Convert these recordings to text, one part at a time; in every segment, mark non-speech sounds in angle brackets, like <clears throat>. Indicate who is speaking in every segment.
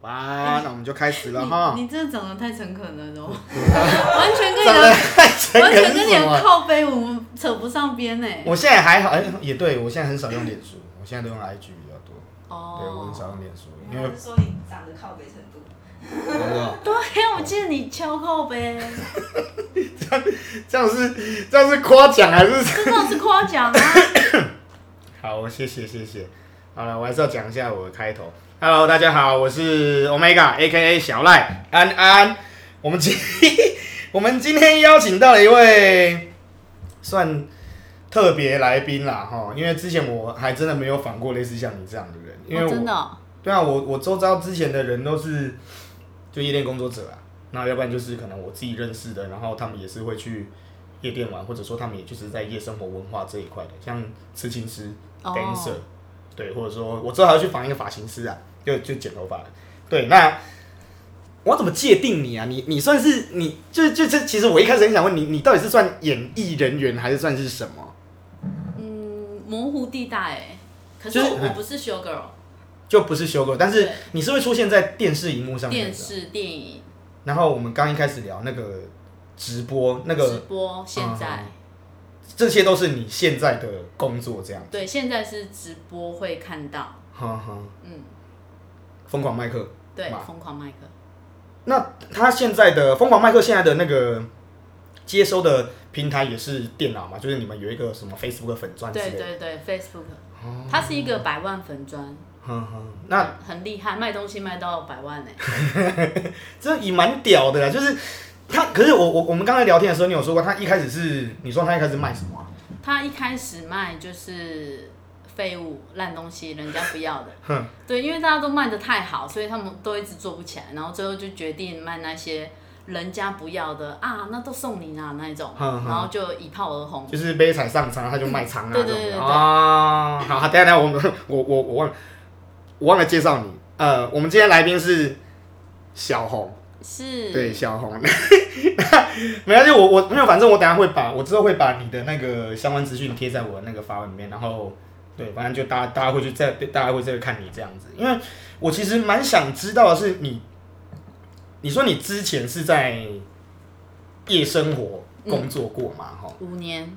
Speaker 1: 吧，那我们就开始了啊哈。
Speaker 2: 你真的长得太诚恳
Speaker 1: <laughs>
Speaker 2: 了都，完全跟你的
Speaker 1: 太诚
Speaker 2: 完
Speaker 1: 恳
Speaker 2: 全
Speaker 1: 是
Speaker 2: 跟你
Speaker 1: 什
Speaker 2: 的
Speaker 1: 么？啊
Speaker 2: 靠背我们扯不上边呢。
Speaker 1: 我现在还好，哎，也对我现在很少用脸书，我现在都用 IG 比较多。对，我很少
Speaker 2: 哦，
Speaker 1: 用脸书，
Speaker 3: 没
Speaker 1: 因
Speaker 3: 有
Speaker 1: 为
Speaker 3: 我是说你长得靠北程度，
Speaker 2: 对呀，我记得你敲靠背，
Speaker 1: <laughs> 这样是这样是夸奖还是？
Speaker 2: 这当然是夸奖啊。
Speaker 1: 好，谢谢谢谢。好了，我还是要讲一下我的开头。Hello，大家好，我是 Omega A K A 小赖安安。我们今 <laughs> 我们今天邀请到了一位算特别来宾啦，哈，因为之前我还真的没有访过类似像你这样的人， <laughs> 因为
Speaker 2: 哦
Speaker 1: 我、
Speaker 2: 真的哦，
Speaker 1: 对啊，我我周遭之前的人都是就夜店工作者啊，那要不然就是可能我自己认识的，然后他们也是会去夜店玩，或者说他们也就是在夜生活文化这一块的，像刺青师、
Speaker 2: 哦
Speaker 1: dancer，、对，或者说我之后还要去访一个发型师啊，就就剪头发的。对，那我要怎么界定你啊？你你算是你就就这，其实我一开始很想问你，你到底是算演艺人员还是算是什么？
Speaker 2: 嗯，模糊地带哎。可是
Speaker 1: 就是
Speaker 2: 我我不是 show girl，
Speaker 1: 就不是修狗，但是
Speaker 2: 对
Speaker 1: 你是会出现在电视荧幕上面的。
Speaker 2: 电视、电影、
Speaker 1: 然后我们刚一开始聊那个直播，那
Speaker 2: 直
Speaker 1: 个嗯
Speaker 2: 播，现在
Speaker 1: 这些都是你现在的工作这样。
Speaker 2: 对，现在是直播会看到，
Speaker 1: 哈哈，
Speaker 2: 嗯，
Speaker 1: 疯狂麦克。
Speaker 2: 对
Speaker 1: 哇，
Speaker 2: 疯狂麦克。
Speaker 1: 那他现在的疯狂麦克现在的那个接收的平台也是电脑嘛？就是你们有一个什么 Facebook 粉钻之类
Speaker 2: 对
Speaker 1: 的。
Speaker 2: 对对，Facebook，它
Speaker 1: 哦
Speaker 2: 是一个百万粉砖，
Speaker 1: 哼哼，那
Speaker 2: 很厉害，卖东西卖到百万欸呢、
Speaker 1: 这也蛮屌的啦，就是他。可是我我我们刚才聊天的时候，你有说过他一开始是你说他一开始卖什么啊、
Speaker 2: 他一开始卖就是废物、烂东西，人家不要
Speaker 1: <laughs>
Speaker 2: 的。对，因为大家都卖的太好，所以他们都一直做不起来，然后最后就决定卖那些人家不要的啊，那都送你啦那一种，
Speaker 1: 哼哼
Speaker 2: 然后就一炮而红。
Speaker 1: 就是杯彩上苍，他就卖苍啊，
Speaker 2: 对对对
Speaker 1: 这
Speaker 2: 对
Speaker 1: 种的啊。好，等一下等一下，我们我我我忘了，我忘了介绍你。呃，我们今天来宾是小红，
Speaker 2: 是，
Speaker 1: 对小红。 <laughs> 没关系，我我没有，反正我等一下会把我之后会把你的那个相关资讯贴在我的那个发文里面，然后对，反正就大家大家会去再大家会再看你这样子，因为我其实蛮想知道的是你，你说你之前是在夜生活
Speaker 2: 嗯
Speaker 1: 工作过嘛？哈、
Speaker 2: 五年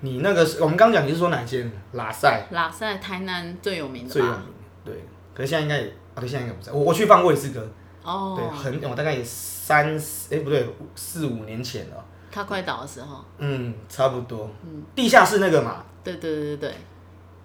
Speaker 1: 你那个是我们刚讲你是说哪间拉塞
Speaker 2: 拉塞台南最有名的
Speaker 1: 最有名
Speaker 2: 吧？？
Speaker 1: 对，可是现在应该也啊，对，现在应该不在。我我去放过一次歌，
Speaker 2: 哦
Speaker 1: 对，，很我大概也三四哎、不对五四五年前了，
Speaker 2: 他快倒的时候，
Speaker 1: 嗯，差不多。
Speaker 2: 嗯
Speaker 1: 地下室那个嘛，
Speaker 2: 对对对对对，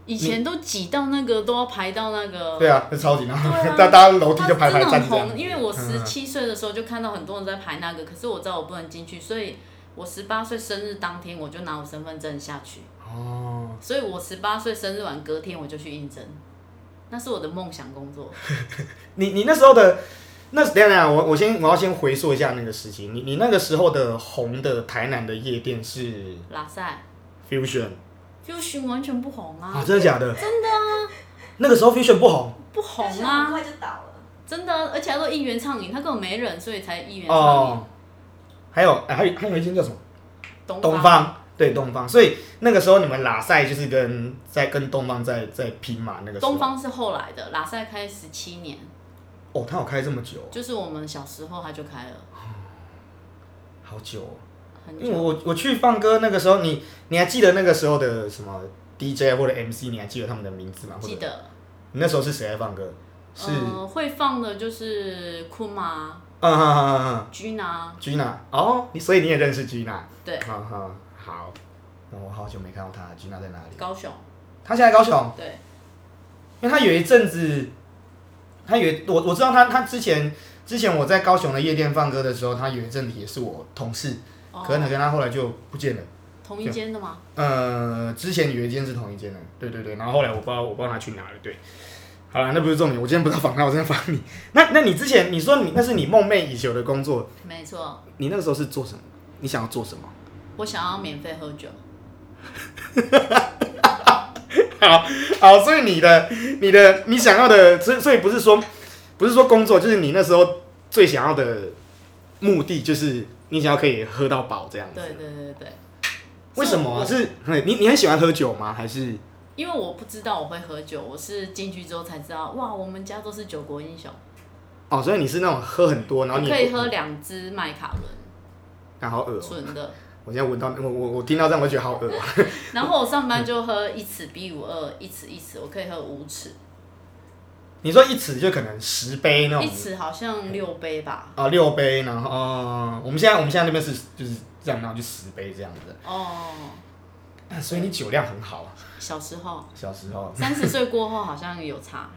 Speaker 2: 以前都挤到那个都要排到那个。
Speaker 1: 对啊，那超级然后
Speaker 2: 呃对
Speaker 1: <laughs>
Speaker 2: 啊
Speaker 1: 大大家楼哦梯就
Speaker 2: 它
Speaker 1: 排
Speaker 2: 真
Speaker 1: 排
Speaker 2: 的
Speaker 1: 站
Speaker 2: 很
Speaker 1: 这样子
Speaker 2: 红，因为我十
Speaker 1: 嗯
Speaker 2: 七岁的时候就看到很多人在排那个，可是我知道我不能进去，所以我十八岁生日当天我就拿我身份证下去，
Speaker 1: 哦，
Speaker 2: 所以我十八岁生日晚隔天我就去应征，那是我的梦想工作。
Speaker 1: 你你那时候的那等一下等一下，我我先我要先回溯一下那个时期，你你那个时候的红的台南的夜店是
Speaker 2: 拉塞
Speaker 1: Fusion
Speaker 2: ，Fusion 完全不红
Speaker 1: 啊，
Speaker 2: 啊，
Speaker 1: 真的假的？真的啊，那个时候 Fusion 不红。
Speaker 2: 不
Speaker 3: 但
Speaker 2: 红
Speaker 3: 是很
Speaker 2: 啊，
Speaker 3: 快就倒了。
Speaker 2: 真的，而且还都一元畅饮，他根本没人，所以才一元畅饮。
Speaker 1: 哦，还有哎还有还有一间叫什么？
Speaker 2: 东
Speaker 1: 东方，对东方。所以那个时候你们拉塞就是跟在跟东方在在拼嘛，那个时候
Speaker 2: 东方是后来的，拉塞开十七年，
Speaker 1: 哦，他有开这么久，
Speaker 2: 就是我们小时候他就开了，
Speaker 1: 好久、哦。
Speaker 2: 很
Speaker 1: 因为
Speaker 2: 久。
Speaker 1: 我我去放歌那个时候，你你还记得那个时候的什么 DJ 或者 MC？你还记得他们的名字吗？或者
Speaker 2: 记得，
Speaker 1: 你那时候是谁来放歌？是嗯
Speaker 2: 呃，会放的就是库玛、
Speaker 1: 嗯嗯嗯
Speaker 2: Gina，
Speaker 1: 嗯，Gina 哦，你所以你也认识 Gina，
Speaker 2: 对，
Speaker 1: 好好好，那我好久没看到她，Gina 在哪里？
Speaker 2: 高雄，
Speaker 1: 她现在在高雄。
Speaker 2: 对，
Speaker 1: 因为他有一阵子，他有一我我知道他他之前之前我在高雄的夜店放歌的时候，他有一阵子也是我同事，
Speaker 2: 哦
Speaker 1: 可能跟他后来就不见了。
Speaker 2: 同一间的吗？
Speaker 1: 呃，之前有一间是同一间的，对对对，然后后来我不知道我不知道他去哪了，对。好了，那不是重点，我今天不是要访他，我今天访你。 <laughs> 那那你之前你说你那是你梦寐以求的工作，
Speaker 2: 没错，
Speaker 1: 你那个时候是做什么？你想要做什么？ <laughs>
Speaker 2: 我想要免费喝酒，
Speaker 1: 好，所以你的、你的、你想要的，所以所以不是说，不是说工作，就是你那时候最想要的目的，就是你想要可以喝到饱这样子。
Speaker 2: 对对对对对。
Speaker 1: 为什么啊？
Speaker 2: 是我
Speaker 1: 是嗯你你很喜欢喝酒吗？还是
Speaker 2: 因为我不知道我会喝酒，我是进去之后才知道，哇，我们家都是酒国英雄，
Speaker 1: 啊、哦，所以你是那种喝很多，然后
Speaker 2: 我
Speaker 1: 你
Speaker 2: 可以喝，两支麦卡伦
Speaker 1: 然后好恶、哦。<laughs>
Speaker 2: 纯的，
Speaker 1: 我现在闻到我我我听到这样，我就觉得好恶、哦。
Speaker 2: 然后我上班就喝一匙 B 五二，一匙一匙，我可以喝五匙，
Speaker 1: 你说一匙就可能十杯那种
Speaker 2: 一，匙好像六杯吧。
Speaker 1: 啊、六杯，然后、哦我们现在我们现在那边是就是这样，然后就十杯这样子。
Speaker 2: 哦，
Speaker 1: 啊所以你酒量很好，啊，
Speaker 2: 小时
Speaker 1: <laughs>
Speaker 2: 候，
Speaker 1: 小时候
Speaker 2: 三十岁过后好像有差。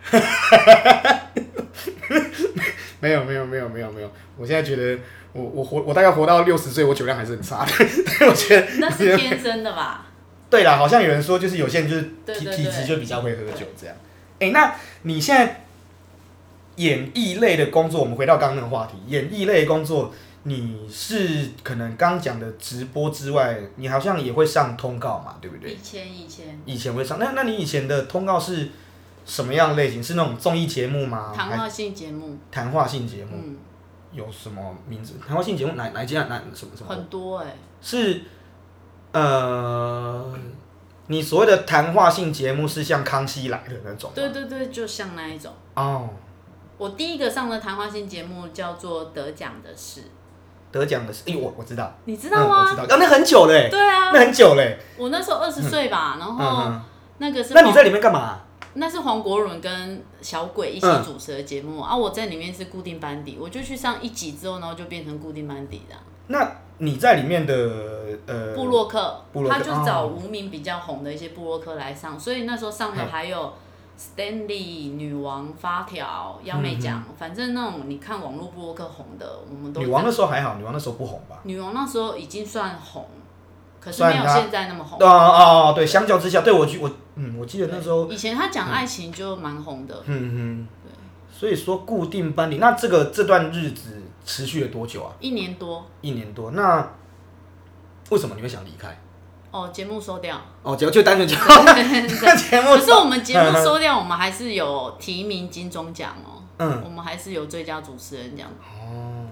Speaker 1: 没有没有没有没有没有，我现在觉得我我活我大概活到六十岁，我酒量还是很差的，我觉得
Speaker 2: <laughs> 那是天生的吧？
Speaker 1: 对啦，好像有人说就是有些人就是
Speaker 2: 对
Speaker 1: 体
Speaker 2: 对
Speaker 1: 体
Speaker 2: 对
Speaker 1: 质就比较会喝酒这样。哎、那你现在演艺类的工作，我们回到刚刚那个话题，演艺类的工作，你是可能刚讲的直播之外，你好像也会上通告嘛，对不对
Speaker 2: 一？千一千，
Speaker 1: 以前会上，那那你以前的通告是什么样类型？是那种综艺节目吗？
Speaker 2: 谈
Speaker 1: 啊还
Speaker 2: 话性节目，
Speaker 1: 谈话性节目？
Speaker 2: 嗯，
Speaker 1: 有什么名字？谈话性节目哪哪一家哪什么什么？
Speaker 2: 很多哎、
Speaker 1: 是呃，你所谓的谈话性节目是像《康熙来了》那种吗？
Speaker 2: 对对对，就像那一种。
Speaker 1: 哦，
Speaker 2: 我第一个上的谈话性节目叫做《得奖的事》，
Speaker 1: 得奖的是，哎、我我知道，
Speaker 2: 你知
Speaker 1: 嗯
Speaker 2: 道
Speaker 1: 我
Speaker 2: 吗？
Speaker 1: 知道，啊，那很久嘞、
Speaker 2: 对啊
Speaker 1: 那，很久嘞、
Speaker 2: 我那时候二十岁吧，然
Speaker 1: 嗯
Speaker 2: 后
Speaker 1: 哼，
Speaker 2: 那哦个是
Speaker 1: 那你
Speaker 2: 黄
Speaker 1: 在里面干嘛、
Speaker 2: 那是黄国伦跟小鬼一起
Speaker 1: 嗯
Speaker 2: 主持的节目、啊，我在里面是固定班底，我就去上一集之后，然后就变成固定班底的、
Speaker 1: 那你在里面的呃，
Speaker 2: 布洛克，
Speaker 1: 布洛克
Speaker 2: 他就找
Speaker 1: 哦
Speaker 2: 无名比较红的一些布洛克来上，所以那时候上的
Speaker 1: 嘿
Speaker 2: 还有 Stanley 女王发条、央美奖，反正那种你看网络布洛克红的，我们都
Speaker 1: 嗯女王那时候还好，女王那时候不红吧？
Speaker 2: 女王那时候已经算红，可是没有
Speaker 1: 算她
Speaker 2: 现在那么红
Speaker 1: 哦。哦哦，对，相较之下，对我记我嗯，我记得那时候
Speaker 2: 以前他讲爱情就蛮红的，
Speaker 1: 嗯哼，所以说固定班底，那这个这段日子持续了多久啊？
Speaker 2: 一年多
Speaker 1: 一年多，那为什么你会想离开？
Speaker 2: 哦，节目收掉。
Speaker 1: <laughs> 哦，只要就单纯讲 <laughs> 节目
Speaker 2: <laughs> 可，是我们节目收掉，我们还是有提名金钟奖哦，
Speaker 1: 嗯，
Speaker 2: 我们还是有最佳主持人奖。
Speaker 1: 哦，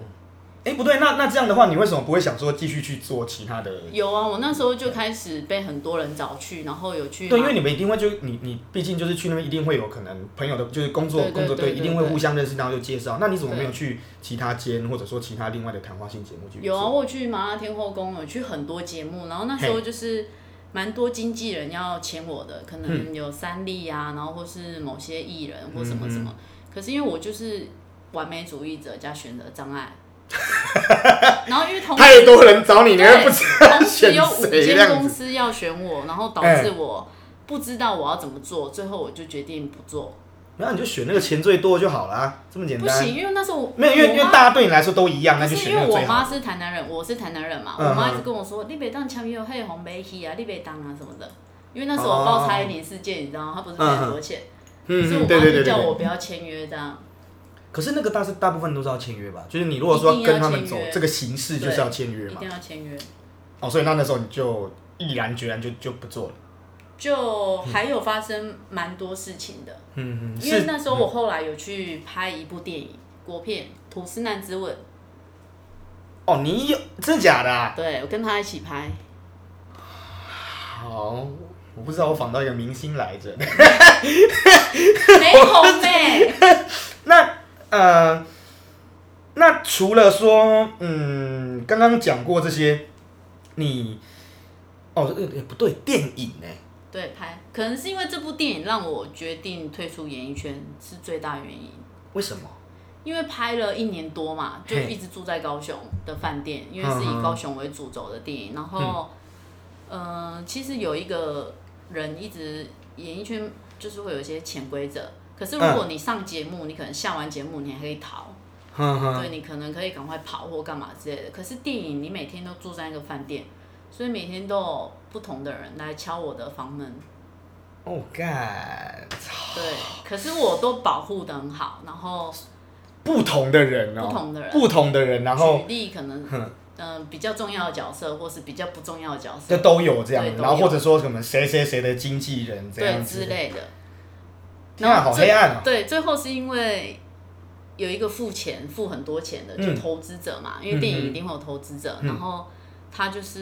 Speaker 1: 哎、不对，那那这样的话，你为什么不会想说继续去做其他的？
Speaker 2: 有啊，我那时候就开始被很多人找去，然后有去
Speaker 1: 对，因为
Speaker 2: 你
Speaker 1: 你们一定会就你你毕竟就是去那边一定会有可能朋友的，就是工作
Speaker 2: 对对
Speaker 1: 工作
Speaker 2: 对对
Speaker 1: 一定会
Speaker 2: 对
Speaker 1: 互相认识，然后就介绍。那你怎么没有去其他间或者说其他另外的谈话性节目去？
Speaker 2: 有啊，，我有去麻辣天后宫，有去很多节目，然后那时候就是蛮多经纪人要签我的，可
Speaker 1: 嗯
Speaker 2: 能有三立啊，然后或是某些艺人或什么
Speaker 1: 嗯
Speaker 2: 什么。可是因为我就是完美主义者加选择
Speaker 1: <laughs>
Speaker 2: 障碍，然后因为同
Speaker 1: 太多人找你，你
Speaker 2: 对
Speaker 1: 会不知道
Speaker 2: 同时
Speaker 1: 选
Speaker 2: 有五
Speaker 1: 谁这
Speaker 2: 间
Speaker 1: 样子。
Speaker 2: 公
Speaker 1: 哎
Speaker 2: 司要选我，然后导致我不知道我要怎么做，最后我就决定不做。
Speaker 1: 然后你就选那个钱最多就好啦，这么简
Speaker 2: 不
Speaker 1: 单。
Speaker 2: 行，因为那时候我
Speaker 1: 没有，因为因
Speaker 2: 我
Speaker 1: 为
Speaker 2: 妈
Speaker 1: 大家对你来说都一样，那
Speaker 2: 不
Speaker 1: 就是选
Speaker 2: 因为
Speaker 1: 那个
Speaker 2: 我
Speaker 1: 最好
Speaker 2: 妈
Speaker 1: 的。
Speaker 2: 是台南人，我是台南人嘛，
Speaker 1: 嗯
Speaker 2: 我妈一直跟我说，你别当签约嘿红白戏啊，你别当啊什么的。因为那时候我报蔡依林事件，你知道吗？她不是赔很多钱，
Speaker 1: 嗯
Speaker 2: 所以
Speaker 1: 嗯，
Speaker 2: 我妈
Speaker 1: 对对对对
Speaker 2: 就叫我
Speaker 1: 对。
Speaker 2: 不要签约这样。
Speaker 1: 可是那个大是大部分都是要签约吧？就是你如果说要跟他们走
Speaker 2: 一定要签约
Speaker 1: 这个形式，就是要签约
Speaker 2: 一
Speaker 1: 嘛。
Speaker 2: 定要签约。
Speaker 1: 哦，所以那那时候你就毅然决然就就不做了。
Speaker 2: 就还有发生蛮多事情的，
Speaker 1: 嗯嗯，
Speaker 2: 因为
Speaker 1: 是
Speaker 2: 那时候我后来有去拍一部电影，国片《吐司男之吻》，
Speaker 1: 哦，你有真的假的、啊？
Speaker 2: 对我跟他一起拍，
Speaker 1: 好，我不知道我访到一个明星来着。
Speaker 2: 没红呗、
Speaker 1: 那呃，那除了说，嗯，刚刚讲过这些，你哦，呃呃不对，电影呢、
Speaker 2: 对，拍可能是因为这部电影让我决定退出演艺圈是最大原因，
Speaker 1: 为什么？
Speaker 2: 因为拍了一年多嘛，就
Speaker 1: 嘿
Speaker 2: 一直住在高雄的饭店，因为是
Speaker 1: 嗯嗯嗯
Speaker 2: 以高雄为主轴的电影。然后，呃，其实有一个人一直演艺圈就是会有一些潜规则，可是如果你上节目，你可能下完节目你还可以逃，
Speaker 1: 哼哼，
Speaker 2: 对你可能可以赶快跑或干嘛之类的。可是电影你每天都住在一个饭店，所以每天都有不同的人来敲我的房门。
Speaker 1: 哦，干，
Speaker 2: 对，可是我都保护的很好，然后
Speaker 1: 不同的人哦，
Speaker 2: 不同的人，
Speaker 1: 不同的人，然后
Speaker 2: 举例可能
Speaker 1: 哼
Speaker 2: 嗯、比较重要的角色，或是比较不重要的角
Speaker 1: 就
Speaker 2: 色，
Speaker 1: 都有这样
Speaker 2: 对，都
Speaker 1: 然后
Speaker 2: 有
Speaker 1: 或者说什么谁谁谁的经纪人这
Speaker 2: 对
Speaker 1: 样子
Speaker 2: 之，类的。
Speaker 1: 天啊，好黑暗哦。
Speaker 2: 对，最后是因为有一个付钱付很多钱的，就
Speaker 1: 嗯
Speaker 2: 投资者嘛，因为
Speaker 1: 嗯
Speaker 2: 电
Speaker 1: 嗯
Speaker 2: 影一定会有投资者，
Speaker 1: 嗯
Speaker 2: 然后他就是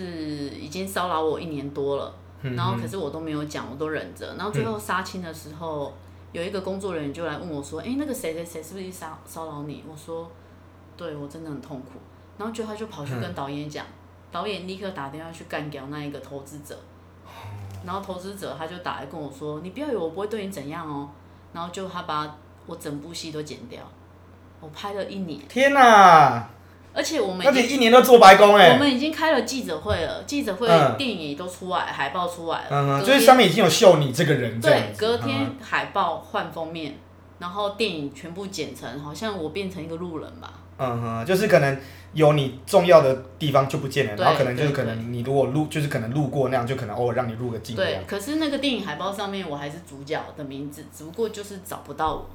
Speaker 2: 已经骚扰我一年多了，
Speaker 1: 嗯
Speaker 2: 然后可是我都没有讲，我都忍着，然后最后杀青的时候。有一个工作人员就来问我说：“哎、那个谁谁谁是不是骚骚扰你？”我说：“对，我真的很痛苦。”然后就他就跑去
Speaker 1: 嗯
Speaker 2: 跟导演讲，导演立刻打电话去干掉那一个投资者，
Speaker 1: 哦
Speaker 2: 然后投资者他就打来跟我说：“你不要以为我不会对你怎样哦。”然后就他把我整部戏都剪掉，我拍了一年，
Speaker 1: 天哪！
Speaker 2: 而且我们
Speaker 1: 那你一 <laughs> 年都做白工
Speaker 2: 我
Speaker 1: 哎，
Speaker 2: 们已经开了记者会了，记者会、
Speaker 1: 嗯
Speaker 2: 电影都出来，海报出来了，
Speaker 1: 嗯，
Speaker 2: 隔
Speaker 1: 就是
Speaker 2: 天
Speaker 1: 上面已经有秀你这个人这样
Speaker 2: 对
Speaker 1: 子，
Speaker 2: 隔
Speaker 1: 嗯
Speaker 2: 天海报换封面，然后电影全部剪成好像我变成一个路人吧，
Speaker 1: 嗯哼，就是可能有你重要的地方就不见了，
Speaker 2: 对
Speaker 1: 然后可能就是
Speaker 2: 对
Speaker 1: 可能你如果路就是可能路过那样，就可能偶尔让你入个镜这
Speaker 2: 对
Speaker 1: 样。，
Speaker 2: 可是那个电影海报上面我还是主角的名字，只不过就是找不到我，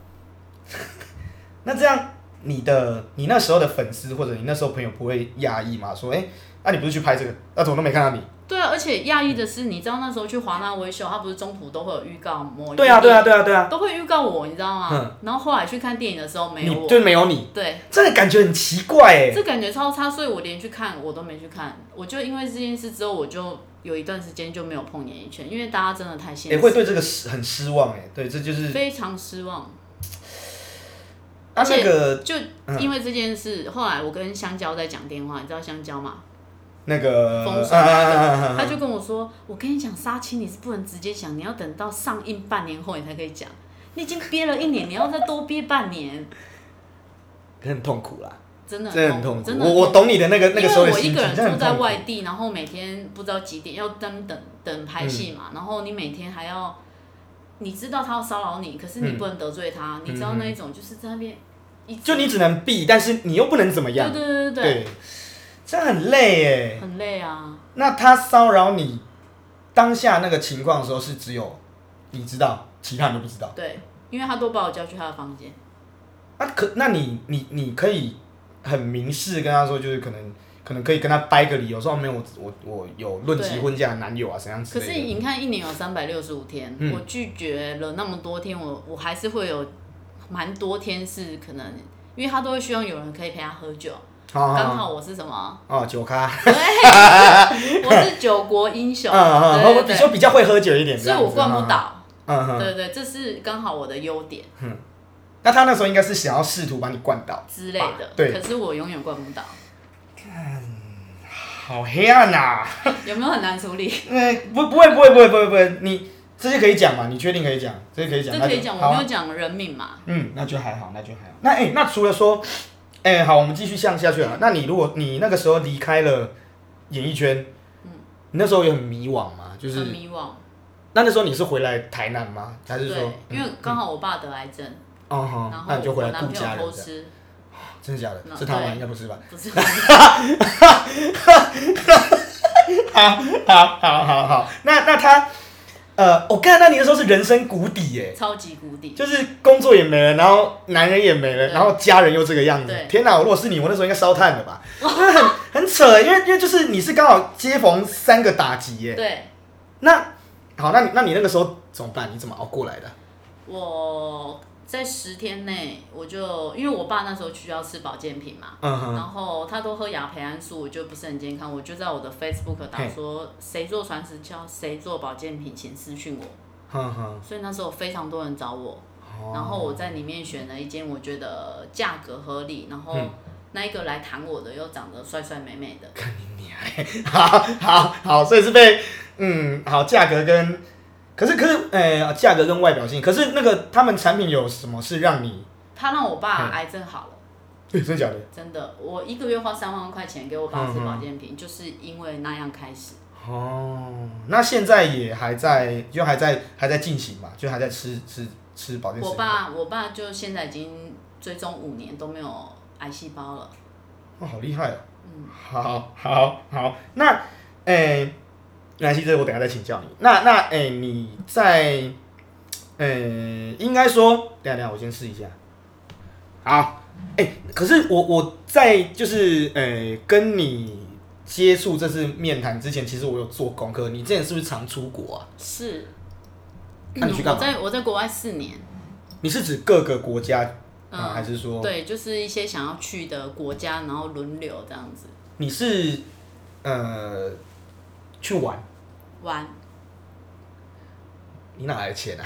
Speaker 1: 那这样你的你那时候的粉丝或者你那时候朋友不会讶异吗？说哎，那、你不是去拍这个，那、怎么都没看到你？
Speaker 2: 对啊，而且讶异的是，你知道那时候去华纳微秀，它不是中途都哦会有预告某一
Speaker 1: 对啊，
Speaker 2: 部
Speaker 1: 对啊，
Speaker 2: 电
Speaker 1: 对啊，对啊
Speaker 2: 影，，都会预告我，你知道吗
Speaker 1: 嗯？
Speaker 2: 然后后来去看电影的时候没有
Speaker 1: 你
Speaker 2: 我，
Speaker 1: 就没有你，
Speaker 2: 对，
Speaker 1: 这个感觉很奇怪哎。
Speaker 2: 这感觉超差，所以我连去看我都没去看。我就因为这件事之后，我就有一段时间就没有碰演艺圈，因为大家真的太现
Speaker 1: 也、
Speaker 2: 实，
Speaker 1: 哎会对这个失很失望哎，对，这就是
Speaker 2: 非常失望。
Speaker 1: 啊那
Speaker 2: 而且
Speaker 1: 个
Speaker 2: 就
Speaker 1: 嗯
Speaker 2: 因为这件事，后来我跟香蕉在讲电话，你知道香蕉吗？
Speaker 1: 那个
Speaker 2: 封神
Speaker 1: 啊啊啊啊啊
Speaker 2: 他就跟我说：“我跟你讲，杀青你是不能直接讲，你要等到上映半年后你才可以讲。你已经憋了一年，你要再多憋半年，
Speaker 1: 很痛苦啦，
Speaker 2: 真的
Speaker 1: 真的
Speaker 2: 很
Speaker 1: 很痛苦。
Speaker 2: 真的
Speaker 1: 我我懂你的那个那个时候的
Speaker 2: 因为我一
Speaker 1: 心情，
Speaker 2: 个人
Speaker 1: 真的
Speaker 2: 住
Speaker 1: 很
Speaker 2: 在
Speaker 1: 痛苦。
Speaker 2: 外地，然后每天不知道几点要等等等拍戏
Speaker 1: 嗯
Speaker 2: 嘛，然后你每天还要，你知道他要骚扰你，可是你不能得罪他，你知道那一种就是在那边一直
Speaker 1: 嗯就你只能避，但是你又不能怎么
Speaker 2: 对
Speaker 1: 样。
Speaker 2: 对对对
Speaker 1: 对，这样很累
Speaker 2: 对，
Speaker 1: 耶。
Speaker 2: 很累啊。
Speaker 1: 那他骚扰你当下那个情况的时候，是只有你知道，其他人都不知道。
Speaker 2: 对，因为他都把我叫去他的房间，
Speaker 1: 那、可，那你你你可以很明示地跟他说，就是可能可能可以跟他掰个理由，说哦没有我我我有论及
Speaker 2: 对
Speaker 1: 婚嫁的男友啊，怎样之
Speaker 2: 可
Speaker 1: 类
Speaker 2: 是
Speaker 1: 的。
Speaker 2: 你看一年有三百六十五天，
Speaker 1: 嗯
Speaker 2: 我拒绝了那么多天，我我还是会有蛮多天是可能，因为他都会希望有人可以陪他喝酒，
Speaker 1: 好
Speaker 2: 刚
Speaker 1: 好好
Speaker 2: 好我是什么？ <laughs>
Speaker 1: 哦，酒咖，
Speaker 2: 对，我是九国英雄，
Speaker 1: 嗯嗯，
Speaker 2: 对对
Speaker 1: 我比
Speaker 2: 对。
Speaker 1: 就比较会喝酒一点，
Speaker 2: 所以我灌不
Speaker 1: 到。
Speaker 2: 倒。
Speaker 1: 嗯
Speaker 2: 对
Speaker 1: 哼，
Speaker 2: 对对，这是刚好我的优点
Speaker 1: 那他那时候应该是想要试图把你灌倒，
Speaker 2: 之类的
Speaker 1: 吧。对
Speaker 2: 可是我永远灌不倒，
Speaker 1: 好黑暗呐、
Speaker 2: 有没有很难处理？
Speaker 1: 嗯，不，不会，不会，不会，不会，不会，你这些可以讲嘛？你确定可以讲？这些可以讲，
Speaker 2: 这
Speaker 1: 那
Speaker 2: 可
Speaker 1: 就
Speaker 2: 以讲，
Speaker 1: 好
Speaker 2: 我
Speaker 1: 啊
Speaker 2: 没有讲人命嘛。
Speaker 1: 嗯，那就还好，那就还好。那哎、那除了说，哎、好，我们继续向下去啊。那你如果你那个时候离开了演艺圈，你那时候有很迷惘吗？就是
Speaker 2: 很迷惘，
Speaker 1: 那那时候你是回来台南吗？还是说
Speaker 2: 对，，因为刚好我爸得癌症，
Speaker 1: 哦好，
Speaker 2: 然后
Speaker 1: 那你就回
Speaker 2: 我
Speaker 1: 来
Speaker 2: 男
Speaker 1: 顾
Speaker 2: 朋
Speaker 1: 家
Speaker 2: 友
Speaker 1: 人
Speaker 2: 偷
Speaker 1: 这样，
Speaker 2: 吃，
Speaker 1: 真的假的？
Speaker 2: 那
Speaker 1: 是他吗？
Speaker 2: 对
Speaker 1: 应该不是吧？
Speaker 2: 不是，
Speaker 1: 好好好好，那那他，呃，我、看那你那时候是人生谷底耶、
Speaker 2: 超级谷底。
Speaker 1: 就是工作也没了，然后男人也没了，
Speaker 2: 对
Speaker 1: 然后家人又这个样子
Speaker 2: 对。
Speaker 1: 天哪！我如果是你，我那时候应该烧炭了吧？因为很很扯，因为因为就是你是刚好接逢三个打击耶。
Speaker 2: 对
Speaker 1: 那好，那你那你那个时候怎么办？你怎么熬过来的？
Speaker 2: 我在十天内，我就因为我爸那时候需要吃保健品嘛，
Speaker 1: 嗯哼，
Speaker 2: 然后他都喝亚培安素，我就不是很健康，我就在我的 Facebook 打
Speaker 1: 嘿
Speaker 2: 说谁做传直销，谁做保健品，请私讯我。
Speaker 1: 嗯哼，
Speaker 2: 所以那时候非常多人找我，
Speaker 1: 哦
Speaker 2: 然后我在里面选了一间我觉得价格合理，然后
Speaker 1: 嗯
Speaker 2: 那一个来谈我的又长得帅帅美美的，
Speaker 1: 看你娘嘞！好好好，所以是被嗯好价格跟，可是可是呃价格跟外表性，可是那个他们产品有什么是让你？
Speaker 2: 他让我
Speaker 1: 嗯
Speaker 2: 爸癌症好了。
Speaker 1: 对，真的假的？
Speaker 2: 真的，我一个月花三万块钱给我爸吃
Speaker 1: 嗯嗯
Speaker 2: 保健品，就是因为那样开始。
Speaker 1: 哦，那现在也还在，就还在还在进行嘛，就还在吃吃吃保健食
Speaker 2: 我
Speaker 1: 品。
Speaker 2: 爸，我爸就现在已经追踪五年都没有癌细胞了。
Speaker 1: 哦，好厉害哦！
Speaker 2: 嗯，
Speaker 1: 好，好，好。那，诶、没关系，这个我等一下再请教你。那那，诶、你在，诶、应该说，等一下等一下，我先试一下。好，诶、可是我我在就是，诶、跟你接触这次面谈之前，其实我有做功课。你之前是不是常出国啊？
Speaker 2: 是。
Speaker 1: 那你去干
Speaker 2: 嗯
Speaker 1: 嘛
Speaker 2: 我在我在国外四年，你
Speaker 1: 你是指各个国家啊、
Speaker 2: 嗯
Speaker 1: 还是说？
Speaker 2: 对，就是一些想要去的国家，然后轮流这样子
Speaker 1: 你是呃去玩，
Speaker 2: 玩。
Speaker 1: 你哪来的
Speaker 2: <laughs>
Speaker 1: 钱啊？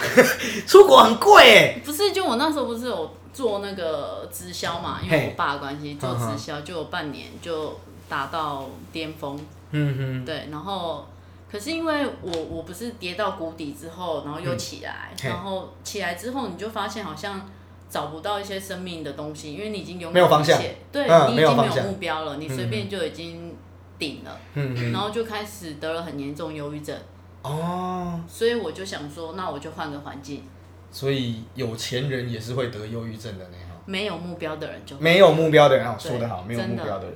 Speaker 1: 出国很贵欸
Speaker 2: 哎不是，就我那时候不是有做那个直销嘛，因为
Speaker 1: 嘿嗯
Speaker 2: 我爸的关系做直销，就有半年就达到巅峰，
Speaker 1: 嗯
Speaker 2: 对，然后可是因为我我不是跌到谷底之后，然后又起来，
Speaker 1: 嗯嘿
Speaker 2: 然后起来之后你就发现好像找不到一些生命的东西，因为你已经拥
Speaker 1: 没有方
Speaker 2: 一
Speaker 1: 向
Speaker 2: 切对、
Speaker 1: 嗯
Speaker 2: 你已
Speaker 1: 没有
Speaker 2: 经没
Speaker 1: 方
Speaker 2: 有
Speaker 1: 向
Speaker 2: 目标了，你随
Speaker 1: 嗯
Speaker 2: 便就已经顶了，
Speaker 1: 哼，嗯
Speaker 2: 然
Speaker 1: 哼，
Speaker 2: 后就开始得了很严重忧郁症，
Speaker 1: 哦，
Speaker 2: 所以我就想说，那我就换个环境，
Speaker 1: 所以有钱人也是会得忧郁症的那种，
Speaker 2: 没有目标的人就
Speaker 1: 没有目标的人啊，
Speaker 2: 对
Speaker 1: 说得好，没有目
Speaker 2: 真的
Speaker 1: 标的人。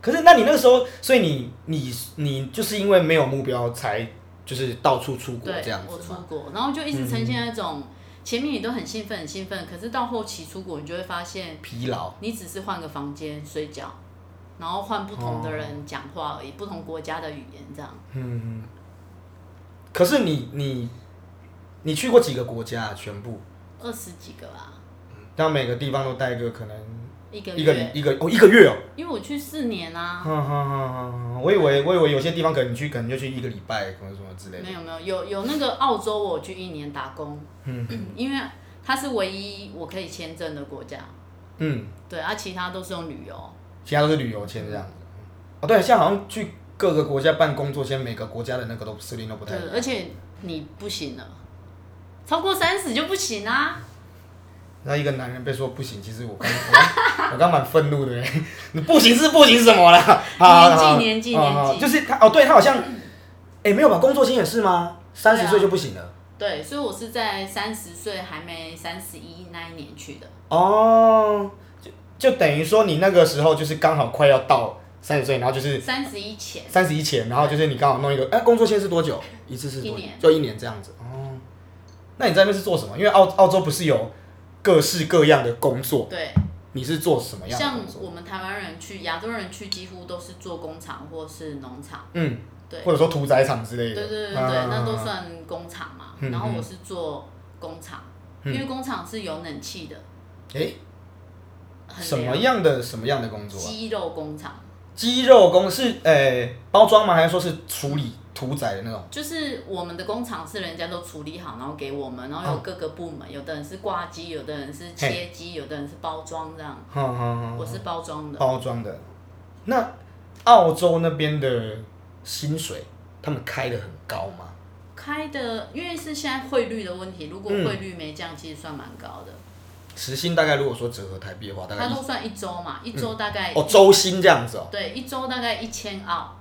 Speaker 1: 可是，那你那个时候，所以你你你就是因为没有目标，才就是到处出国
Speaker 2: 对
Speaker 1: 这样，
Speaker 2: 我
Speaker 1: 子嗯
Speaker 2: 出
Speaker 1: 嘛？
Speaker 2: 国，然后就一直呈现那种、前面你都很兴奋很兴奋，可是到后期出国，你就会发现
Speaker 1: 疲劳，
Speaker 2: 你只是换个房间睡觉，然后换不同的人讲话
Speaker 1: 哦
Speaker 2: 而已，不同国家的语言这样。
Speaker 1: 嗯。可是你你你去过几个国家啊、全部，
Speaker 2: 二十几个吧，
Speaker 1: 但每个地方都待个可能
Speaker 2: 一个
Speaker 1: 一个嗯
Speaker 2: 月，
Speaker 1: 一个哦一个月哦。
Speaker 2: 因为我去四年啊，
Speaker 1: 哼哼哼哼哼，我以为我以为有些地方可能你去可能就去一个礼拜，可能什么之类的
Speaker 2: 没。有没有有有那个澳洲，我有去一年打工，
Speaker 1: 嗯
Speaker 2: <clears throat> 因为它是唯一我可以签证的国家，
Speaker 1: 嗯，
Speaker 2: 对，啊，其他都是用旅游，
Speaker 1: 其他都是旅游签这样子。哦，对，现在好像去各个国家办工作签，每个国家的那个都设定都不太
Speaker 2: 对
Speaker 1: 一，样
Speaker 2: 呃而。且你不行了，超过三十就不行啊。
Speaker 1: 那一个男人被说不行，其实我刚 <laughs> 我刚我刚蛮愤怒的，你不行是不行是什么啦？好好好
Speaker 2: <laughs> 年纪
Speaker 1: 好好好
Speaker 2: 年纪年纪
Speaker 1: 就是他哦，对他好像，哎，没有吧？工作签也是吗？三
Speaker 2: 对
Speaker 1: 十
Speaker 2: 啊
Speaker 1: 岁就不行了。
Speaker 2: 对，所以我是在三十岁还没三十一那一年去的。
Speaker 1: 哦，就就等于说你那个时候就是刚好快要到三十岁，然后就是
Speaker 2: 三十一前，
Speaker 1: 三十一前，然后就是你刚好弄一个，哎、工作签是多久？一次是多久
Speaker 2: 一年
Speaker 1: 就一年这样子。哦，那你在那边是做什么？因为澳澳洲不是有各式各样的工作，
Speaker 2: 对，
Speaker 1: 你是做什么样的
Speaker 2: 像
Speaker 1: 工作？
Speaker 2: 我们台湾人去、亚洲人去，几乎都是做工厂或是农场。
Speaker 1: 嗯，
Speaker 2: 对，
Speaker 1: 或者说屠宰场之类
Speaker 2: 对
Speaker 1: 的。
Speaker 2: 对对对，
Speaker 1: 啊
Speaker 2: 那都。算工厂嘛。
Speaker 1: 嗯
Speaker 2: 然后我是做工厂，
Speaker 1: 嗯
Speaker 2: 因为工厂是有冷气的，
Speaker 1: 哎、
Speaker 2: 很
Speaker 1: 什么
Speaker 2: 凉
Speaker 1: 样的什么样的工作、啊？
Speaker 2: 鸡肉工厂。
Speaker 1: 鸡肉工是呃、包装吗？还是说是处理屠宰的那种？
Speaker 2: 就是我们的工厂是人家都处理好，然后给我们，然后有
Speaker 1: 哦
Speaker 2: 各个部门，有的人是挂机，有的人是切机，有的人是包装这样。
Speaker 1: 哼哼哼
Speaker 2: 我是包装的，
Speaker 1: 包装的。那澳洲那边的薪水，他们开的很高吗？
Speaker 2: 开的，因为是现在汇率的问题，如果
Speaker 1: 嗯
Speaker 2: 汇率没降，其实算蛮高的。
Speaker 1: 时薪大概如果说折合台币的话，大概
Speaker 2: 它
Speaker 1: 一
Speaker 2: 都算一周嘛，一周大概、
Speaker 1: 哦周薪这样子哦，
Speaker 2: 对，一周大概一千澳。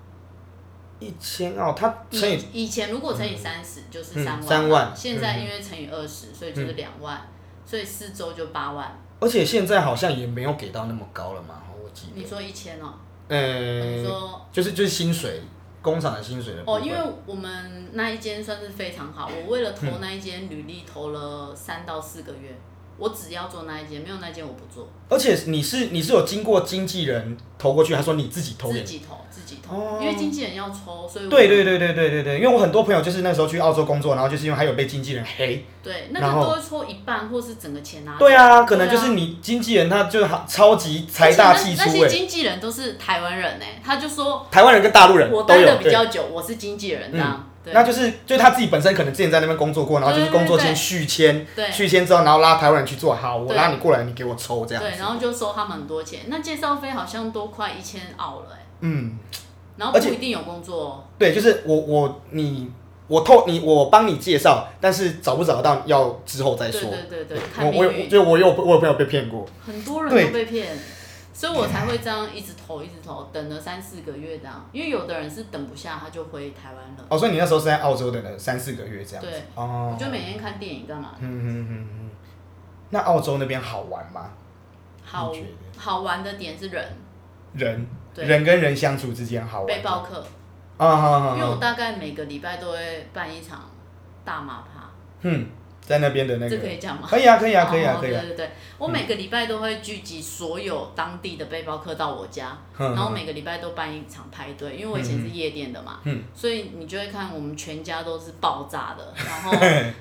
Speaker 1: 一千哦，它乘以
Speaker 2: 以以前如果乘以三十、就是
Speaker 1: 嗯
Speaker 2: 三万嘛，
Speaker 1: 三万
Speaker 2: 现在
Speaker 1: 嗯
Speaker 2: 因为乘以二十，所以就是两万，所以四周就八万。
Speaker 1: 而且现在好像也没有给到那么高了嘛，哦我记
Speaker 2: 你
Speaker 1: 得。
Speaker 2: 说一千哦，你
Speaker 1: 呃，
Speaker 2: 说
Speaker 1: 就是就是薪水，工厂的薪水的部
Speaker 2: 哦，
Speaker 1: 分
Speaker 2: 因为我们那一间算是非常好，我为了
Speaker 1: 嗯
Speaker 2: 投那一间履历投了三到四个月，我只要做那一间，没有那一间我不做，
Speaker 1: 而且你是你是有经过经纪人投过去，还说你自己投
Speaker 2: 自
Speaker 1: 给。
Speaker 2: 己投自己投，
Speaker 1: 哦
Speaker 2: 因为经纪人要抽，所以我
Speaker 1: 对对对对对对对，因为我很多朋友就是那时候去澳洲工作，然后就是因为还有被经纪人黑，
Speaker 2: 对那
Speaker 1: 然
Speaker 2: 个
Speaker 1: 后
Speaker 2: 都会抽一半或是整个钱拿走。
Speaker 1: 对啊，可能就
Speaker 2: 对
Speaker 1: 是
Speaker 2: 啊
Speaker 1: 你经纪人他就是超级财大气粗
Speaker 2: 而且那那些
Speaker 1: 哎、
Speaker 2: 经纪人都是台湾人呢、欸他就说
Speaker 1: 台湾人跟大陆人
Speaker 2: 我
Speaker 1: 都
Speaker 2: 待
Speaker 1: 有
Speaker 2: 的比
Speaker 1: 对。嗯
Speaker 2: 较久，我是经纪人这样，对
Speaker 1: 那就是就是他自己本身可能之前在那边工作过，然后就是工作
Speaker 2: 对对
Speaker 1: 签
Speaker 2: 对
Speaker 1: 续签，
Speaker 2: 对
Speaker 1: 续签之后，然后拉台湾人去做，好，我
Speaker 2: 对
Speaker 1: 拉你过来，你给我抽这样子。
Speaker 2: 对，然后就收他们很多钱，那介绍费好像都快一千澳了、欸，
Speaker 1: 嗯，
Speaker 2: 然后
Speaker 1: 而
Speaker 2: 不
Speaker 1: 且
Speaker 2: 一定有工作、哦，
Speaker 1: 对，就是我我你我透你我帮你介绍，但是找不找得到要之后再
Speaker 2: 对
Speaker 1: 说。
Speaker 2: 对对对，
Speaker 1: 我
Speaker 2: 看
Speaker 1: 我
Speaker 2: 命
Speaker 1: 有
Speaker 2: 运。
Speaker 1: 就我有我有朋友被骗过，
Speaker 2: 很多人
Speaker 1: 对
Speaker 2: 都被骗，所以我才会这样一直投，一直投，等了三四个月这样。因为有的人是等不下，他就回台湾了。
Speaker 1: 哦，所以你那时候是在澳洲等了三四个月这样子。
Speaker 2: 对
Speaker 1: 哦
Speaker 2: 我，就每天看电影干嘛？
Speaker 1: 嗯嗯嗯嗯。那澳洲那边好玩吗？
Speaker 2: 好
Speaker 1: 你觉
Speaker 2: 好玩的点是人
Speaker 1: 人
Speaker 2: 对
Speaker 1: 人跟人相处之间好玩吗。
Speaker 2: 背包客，
Speaker 1: 啊哈哈
Speaker 2: 因为我
Speaker 1: 哈。
Speaker 2: 大概每个礼拜都会办一场大马趴，
Speaker 1: 嗯，在那边的那
Speaker 2: 这
Speaker 1: 个
Speaker 2: 可以讲吗？
Speaker 1: 可以啊，可以啊，可以啊
Speaker 2: 哦，
Speaker 1: 可以啊。
Speaker 2: 对对对，我每个礼拜都会聚集所有当地的背包客到我家，
Speaker 1: 嗯
Speaker 2: 然后每个礼拜都办一场派对，因为我以前是夜店的嘛，
Speaker 1: 嗯
Speaker 2: 所以你就会看我们全家都是爆炸
Speaker 1: <laughs>
Speaker 2: 的，然后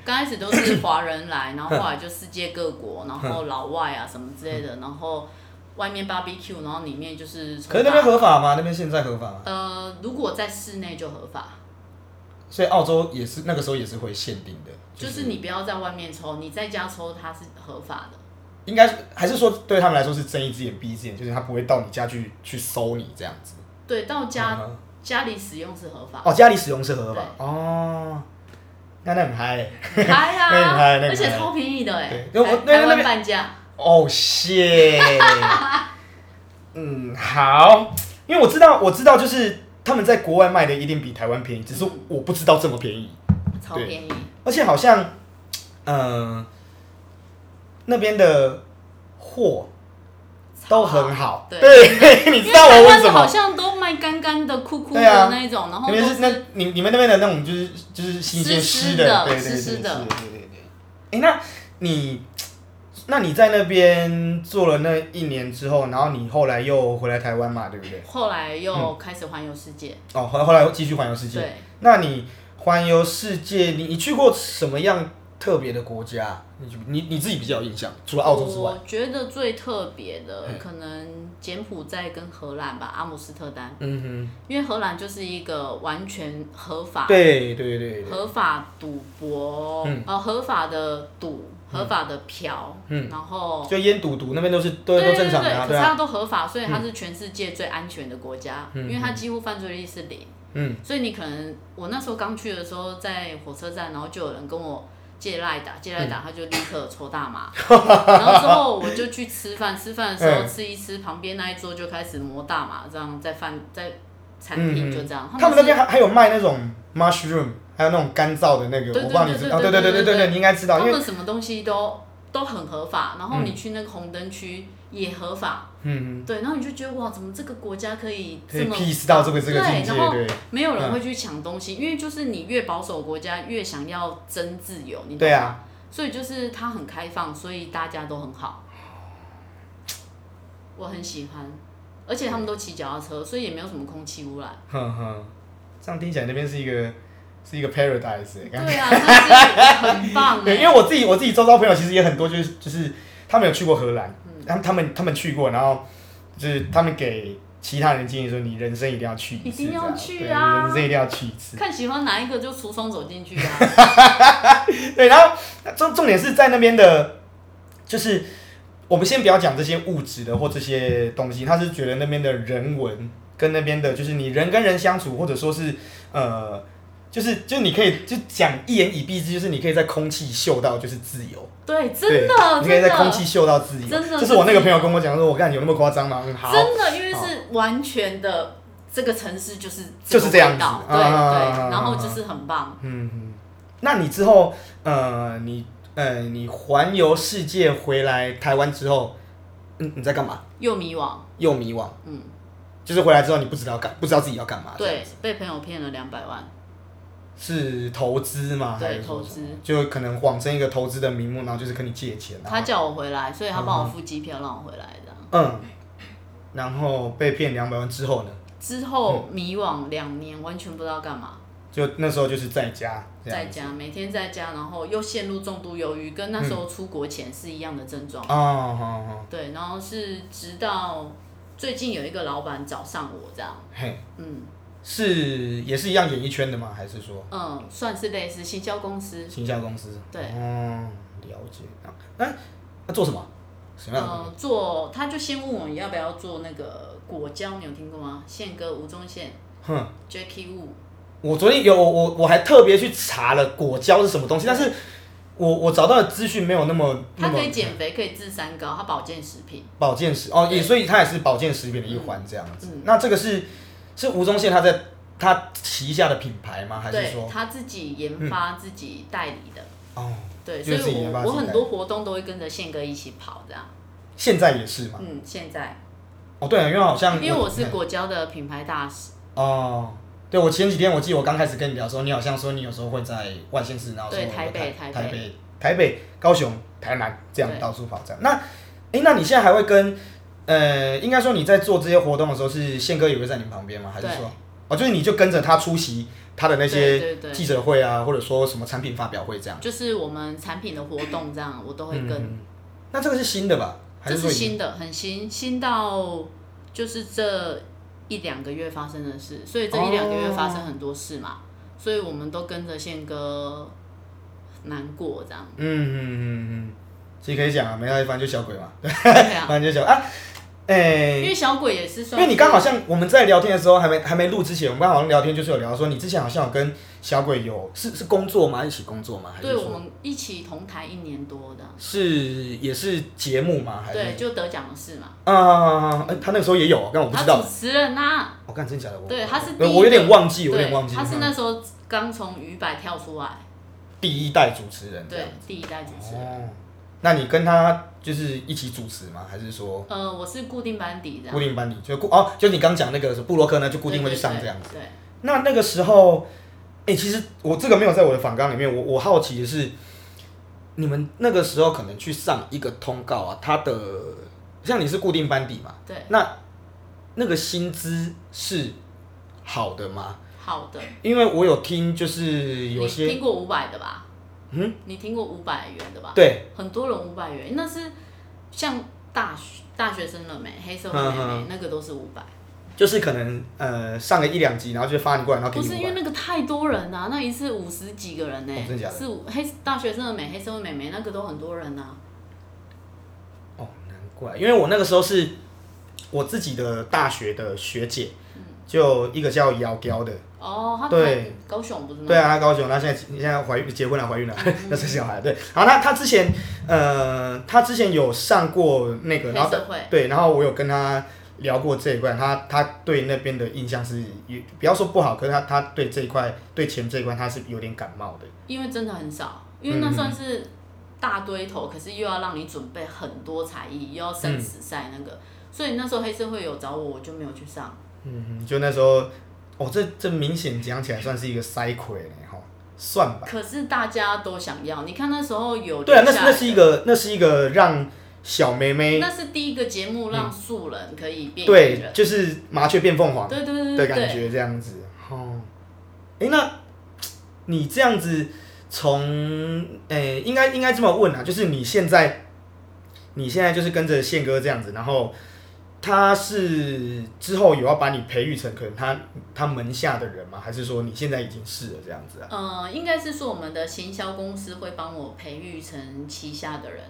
Speaker 2: 刚开始都是华人来，然
Speaker 1: 嗯
Speaker 2: 后后来就世界各国，然后老外啊什么之
Speaker 1: 嗯
Speaker 2: 类的，然后外面 barbecue，然后里面就是
Speaker 1: 可是那边合法吗？那边现在合法吗？
Speaker 2: 呃，如果在室内就合法，
Speaker 1: 所以澳洲也是那个时候也是会限定的，
Speaker 2: 就是你不要在外面抽，你在家抽它是合法的。
Speaker 1: 应该是还是说对他们来说是睁一只眼闭一只眼，就是他不会到你家去去搜你这样子。
Speaker 2: 对，到家、啊
Speaker 1: 嗯
Speaker 2: 家里使用是合法的
Speaker 1: 哦，，家里使用是合法哦，那那很嗨、
Speaker 2: <laughs>
Speaker 1: 欸，
Speaker 2: 嗨呀、
Speaker 1: 那很嗨那很嗨
Speaker 2: 啊而且超便宜的哎、
Speaker 1: 对因为我
Speaker 2: 台
Speaker 1: 那
Speaker 2: 台
Speaker 1: 那
Speaker 2: 湾半价。
Speaker 1: 哦谢，嗯好，因为我知道我知道就是他们在国外卖的一定比台湾便宜，只是我不知道这么便宜，
Speaker 2: 超便宜，
Speaker 1: 而且好像嗯、呃那边的货都很好，
Speaker 2: 对
Speaker 1: 对， <laughs> 你
Speaker 2: 因
Speaker 1: 知
Speaker 2: 为
Speaker 1: 道
Speaker 2: 台
Speaker 1: 我
Speaker 2: 湾
Speaker 1: 问
Speaker 2: 的
Speaker 1: 什
Speaker 2: 好
Speaker 1: 么？
Speaker 2: 像都卖干干的、酷酷
Speaker 1: 对啊
Speaker 2: 的那一种，然后
Speaker 1: 你
Speaker 2: 都
Speaker 1: 们是那你你们那边的那种就是就是新鲜
Speaker 2: 湿
Speaker 1: 湿
Speaker 2: 湿的
Speaker 1: 对对对
Speaker 2: 湿湿
Speaker 1: 对对对对
Speaker 2: 的
Speaker 1: 对。哎、那你那你在那边做了那一年之后，然后你后来又回来台湾嘛，对不对？
Speaker 2: 后来又开始环游世界，
Speaker 1: 哦，后后来又继续环游世界。
Speaker 2: 对，
Speaker 1: 那你环游世界，你你去过什么样特别的国家？你去你你自己比较有印象，除了澳洲之外，
Speaker 2: 我觉得最特别的
Speaker 1: 嗯
Speaker 2: 可能柬埔寨跟荷兰吧，阿姆斯特丹，
Speaker 1: 嗯
Speaker 2: 因为荷兰就是一个完全合法
Speaker 1: 哼，、对对对对，
Speaker 2: 合法赌博，
Speaker 1: 嗯
Speaker 2: 呃，合法的赌，合法的嫖，
Speaker 1: 嗯
Speaker 2: 然后。
Speaker 1: 就烟赌毒那边都是都
Speaker 2: 对
Speaker 1: 都
Speaker 2: 对
Speaker 1: 正
Speaker 2: 对
Speaker 1: 常的
Speaker 2: 对，
Speaker 1: 啊，
Speaker 2: 可
Speaker 1: 对
Speaker 2: 是
Speaker 1: 啊，
Speaker 2: 它都合法，所以它是全世界最安全的国家，因为它几乎犯罪率是零。
Speaker 1: 嗯
Speaker 2: 所以你可能我那时候刚去的时候，在火车站，然后就有人跟我借赖打，借赖
Speaker 1: 嗯
Speaker 2: 打，他就立刻抽
Speaker 1: <laughs>
Speaker 2: 大麻。然后之后我就去吃饭，吃饭的时候
Speaker 1: 嗯
Speaker 2: 吃一吃，旁边那一桌就开始磨大麻，这样在饭在餐
Speaker 1: 嗯嗯
Speaker 2: 厅就这样。
Speaker 1: 他们那
Speaker 2: 是
Speaker 1: 边还还有卖那种 mushroom，还有那种干燥的那个，
Speaker 2: 对
Speaker 1: 我
Speaker 2: 对
Speaker 1: 不知道你知
Speaker 2: 对
Speaker 1: 道，对
Speaker 2: 对
Speaker 1: 对对
Speaker 2: 对
Speaker 1: 对
Speaker 2: 对
Speaker 1: 对，
Speaker 2: 对
Speaker 1: 你应该知道，
Speaker 2: 他
Speaker 1: 因为
Speaker 2: 们什么东西都都很合法，然后
Speaker 1: 嗯
Speaker 2: 你去那个红灯区也合法，
Speaker 1: 嗯，
Speaker 2: 对，然后你就觉得哇，怎么这个国家可以
Speaker 1: 可
Speaker 2: 这
Speaker 1: 以
Speaker 2: 么
Speaker 1: peace 到这个这个境界，
Speaker 2: 对然后
Speaker 1: 对嗯
Speaker 2: 没有人会去抢东西，因为就是你越保守的国家越想要争自由，你懂吗
Speaker 1: 对啊，
Speaker 2: 所以就是它很开放，所以大家都很好，我很喜欢，而且他们都骑脚踏车，所以也没有什么空气污染。
Speaker 1: 哼哼，这样听起来那边是一个是一个 paradise，欸感觉
Speaker 2: 对啊，它是很
Speaker 1: <laughs>
Speaker 2: 棒
Speaker 1: 对，
Speaker 2: 哎、
Speaker 1: 因为我自己我自己周遭朋友其实也很多，就是就是他们有去过荷兰，他
Speaker 2: 嗯
Speaker 1: 们他们他们去过，然后就是他们给其他人建议说，你人生一定要去一次，
Speaker 2: 一定要
Speaker 1: 这样
Speaker 2: 去
Speaker 1: 对
Speaker 2: 啊
Speaker 1: 你人生一定要去一次。
Speaker 2: 看喜欢哪一个就出双手进去啊。
Speaker 1: 对，然后重重点是在那边的，就是我们先不要讲这些物质的或这些东西，他是觉得那边的人文跟那边的，就是你人跟人相处，或者说是呃，就是就你可以就讲一言以蔽之，就是你可以在空气嗅到就是自由，
Speaker 2: 对，
Speaker 1: 对
Speaker 2: 真的，
Speaker 1: 你可以
Speaker 2: 哦真
Speaker 1: 在空气
Speaker 2: 的，
Speaker 1: 嗅到自由。
Speaker 2: 真的
Speaker 1: 这是我那个朋友跟我讲说，我看有那么夸张吗？嗯，好，
Speaker 2: 真的，因为是完全的。这个城市就是
Speaker 1: 就是这样子
Speaker 2: 个味道对
Speaker 1: 啊啊啊啊啊
Speaker 2: 对，然后就是很棒。
Speaker 1: 嗯，嗯那你之后呃，你呃，你环游世界回来台湾之后，嗯，你在干嘛？
Speaker 2: 又迷惘，
Speaker 1: 又迷惘。
Speaker 2: 嗯，
Speaker 1: 就是回来之后你不知道干，不知道自己要干嘛。这样
Speaker 2: 对，被朋友骗了两百万，
Speaker 1: 是投资吗？啊还
Speaker 2: 对，
Speaker 1: 是说
Speaker 2: 投
Speaker 1: 什么
Speaker 2: 资。
Speaker 1: 就可能谎称一个投资的名目，然后就是跟你借钱。然后
Speaker 2: 他叫我回来，所以他帮我付机票让我回来的。
Speaker 1: 嗯，然后被骗两百万之后呢，
Speaker 2: 之后迷惘两年，完全不知道干嘛，
Speaker 1: 就那时候就是在家，这样
Speaker 2: 在家每天在家，然后又陷入重度忧郁，跟那时候出国前是一样的症状。
Speaker 1: 哦哦哦，
Speaker 2: 对，然后是直到最近有一个老板找上我这样，
Speaker 1: 嘿，
Speaker 2: 嗯
Speaker 1: 是也是一样演艺圈的吗？还是说
Speaker 2: 嗯，算是类似行销公司，
Speaker 1: 行销公司？
Speaker 2: 对
Speaker 1: 哦，了解。啊那那做什么？什么样的工作？
Speaker 2: 嗯，做他就先问我要不要做那个果胶，你有听过吗？宪哥吴宗宪
Speaker 1: 哼。
Speaker 2: Jackie Wu，
Speaker 1: 我昨天有我我我还特别去查了果胶是什么东西，但是我我找到的资讯没有那么那
Speaker 2: 他
Speaker 1: 么
Speaker 2: 可以减肥，可以治三高，他保健食品。
Speaker 1: 保健食哦，也
Speaker 2: 对
Speaker 1: 所以它也是保健食品的一环这样子。
Speaker 2: 嗯
Speaker 1: 那这个是是吴宗宪他在他旗下的品牌吗？还是
Speaker 2: 对
Speaker 1: 说
Speaker 2: 他自己研发、自己代理的，
Speaker 1: 哦
Speaker 2: 对，
Speaker 1: 就
Speaker 2: 所
Speaker 1: 是自己
Speaker 2: 以
Speaker 1: 研发
Speaker 2: 我
Speaker 1: 自己
Speaker 2: 我
Speaker 1: 代
Speaker 2: 很
Speaker 1: 理啊
Speaker 2: 多活动都会跟着宪哥一起跑这样。
Speaker 1: 现在也是嘛？
Speaker 2: 嗯，现在
Speaker 1: 哦对啊，因为好像
Speaker 2: 因为我是
Speaker 1: 嗯
Speaker 2: 果胶的品牌大使，
Speaker 1: 哦。对，我前几天我记得我刚开始跟你聊的时候，你好像说你有时候会在外县市，然后说
Speaker 2: 对
Speaker 1: 我
Speaker 2: 台北
Speaker 1: 台
Speaker 2: 台北
Speaker 1: 北、台北、高雄、台南这样
Speaker 2: 对
Speaker 1: 到处跑这样。那，哎，那你现在还会跟呃，应该说你在做这些活动的时候，是宪哥也会在你旁边吗？还是
Speaker 2: 对
Speaker 1: 说哦，就是你就跟着他出席他的那些
Speaker 2: 对对对
Speaker 1: 记者会啊，或者说什么产品发表会这样？嗯
Speaker 2: 就是我们产品的活动这样，我都会跟。
Speaker 1: 那这个是新的吧？还
Speaker 2: 这
Speaker 1: 说
Speaker 2: 是
Speaker 1: 已经
Speaker 2: 新的，很新，新到
Speaker 1: 哦
Speaker 2: 就是这一两个月发生的事，所以这一两个月发生很多事嘛。所以我们都跟着宪哥难过
Speaker 1: <laughs>。
Speaker 2: 这样
Speaker 1: 嗯嗯嗯嗯，其实可以讲啊，没关系，反正就小鬼嘛，
Speaker 2: 对啊，
Speaker 1: 反正就小啊，哎、
Speaker 2: 因为小鬼也是
Speaker 1: 因
Speaker 2: 算，
Speaker 1: 为你刚好像我们在聊天的时候，还没还没录之前，我们刚好像聊天就是有聊说，你之前好像有跟小鬼有是是工作吗？一起工作吗？还是
Speaker 2: 对
Speaker 1: 说
Speaker 2: 我们一起同台一年多的，
Speaker 1: 是也是节目吗？还是
Speaker 2: 对，就得奖的事嘛。
Speaker 1: 啊啊、哎他那个时候也有，但我不
Speaker 2: 他
Speaker 1: 知道
Speaker 2: 主。持人呐、
Speaker 1: 我看真假的，我
Speaker 2: 对他是第
Speaker 1: 对
Speaker 2: 一
Speaker 1: 我有点
Speaker 2: 个
Speaker 1: 忘记，我有
Speaker 2: 对
Speaker 1: 点忘，记。
Speaker 2: 他是
Speaker 1: 嗯
Speaker 2: 那时候刚从鱼百跳出来，
Speaker 1: 第一代主持人这样
Speaker 2: 对，第一代主持人。
Speaker 1: 嗯哦，那你跟他就是一起主持吗？还是说
Speaker 2: 呃，我是固定班底这样
Speaker 1: 固，定班底？就固哦，就你刚讲那个是布洛克呢，就固定会去上这样子。
Speaker 2: 对。对对
Speaker 1: 那那个时候，哎、其实我这个没有在我的访纲里面。我我好奇的是，你们那个时候可能去上一个通告啊，他的像你是固定班底嘛，
Speaker 2: 对，
Speaker 1: 那那个薪资是好的吗？
Speaker 2: 好的。
Speaker 1: 因为我有听，就是有
Speaker 2: 你
Speaker 1: 些
Speaker 2: 听过五百的吧？
Speaker 1: 嗯，
Speaker 2: 你听过五百元的吧？，
Speaker 1: 对，
Speaker 2: 很多人五百元，那是像大学大学生了没，黑社会妹
Speaker 1: 嗯
Speaker 2: 妹
Speaker 1: 嗯
Speaker 2: 那个都是五百，
Speaker 1: 就是可能呃上个一两集，然后就发你过来，然后
Speaker 2: 不
Speaker 1: 给
Speaker 2: 是
Speaker 1: 你
Speaker 2: 因
Speaker 1: 五
Speaker 2: 为
Speaker 1: 百。
Speaker 2: 那个太多人啊，那一次五十几个人呢、
Speaker 1: 哦真的假的
Speaker 2: 是五黑大学生的美黑社会妹妹那个都很多人啊，
Speaker 1: 哦，难怪，因为我那个时候是我自己的大学的学姐，
Speaker 2: 嗯
Speaker 1: 就一个叫姚雕的，
Speaker 2: 哦，他
Speaker 1: 对
Speaker 2: 他高雄不是吗？
Speaker 1: 对，啊，她高雄，她现在现在怀孕结婚了，怀孕了，
Speaker 2: 嗯
Speaker 1: <laughs> 要生小孩了。对，然后她她之前呃，她之前有上过那个，
Speaker 2: 黑
Speaker 1: 然后
Speaker 2: 社会
Speaker 1: 对，然后我有跟她聊过这一块，她她对那边的印象是也不要说不好，可是她她对这一块对钱这一块她是有点感冒的。
Speaker 2: 因为真的很少，
Speaker 1: 嗯
Speaker 2: 因为那算是大堆头，可是又要让你准备很多才艺，又要
Speaker 1: 嗯
Speaker 2: 生死赛那个，所以那时候黑社会有找我，我就没有去上。
Speaker 1: 嗯，就那时候，哦，这这明显讲起来算是一个塞亏了哈，算吧。
Speaker 2: 可是大家都想要，你看那时候有
Speaker 1: 对啊，那
Speaker 2: 留
Speaker 1: 是
Speaker 2: 下来
Speaker 1: 那是一个那是一个让小妹妹
Speaker 2: 那是第一个节目让素人可以变艺
Speaker 1: 对，
Speaker 2: 人，
Speaker 1: 就是麻雀变凤凰
Speaker 2: 对对对
Speaker 1: 的
Speaker 2: 对
Speaker 1: 感
Speaker 2: 对，
Speaker 1: 觉这样子。哦，哎、那你这样子从诶、应该应该这么问啊，就是你现在你现在就是跟着宪哥这样子，然后他是之后有要把你培育成可能他他门下的人吗？还是说你现在已经是了这样子啊？
Speaker 2: 呃，应该是说我们的行销公司会帮我培育成旗下的人，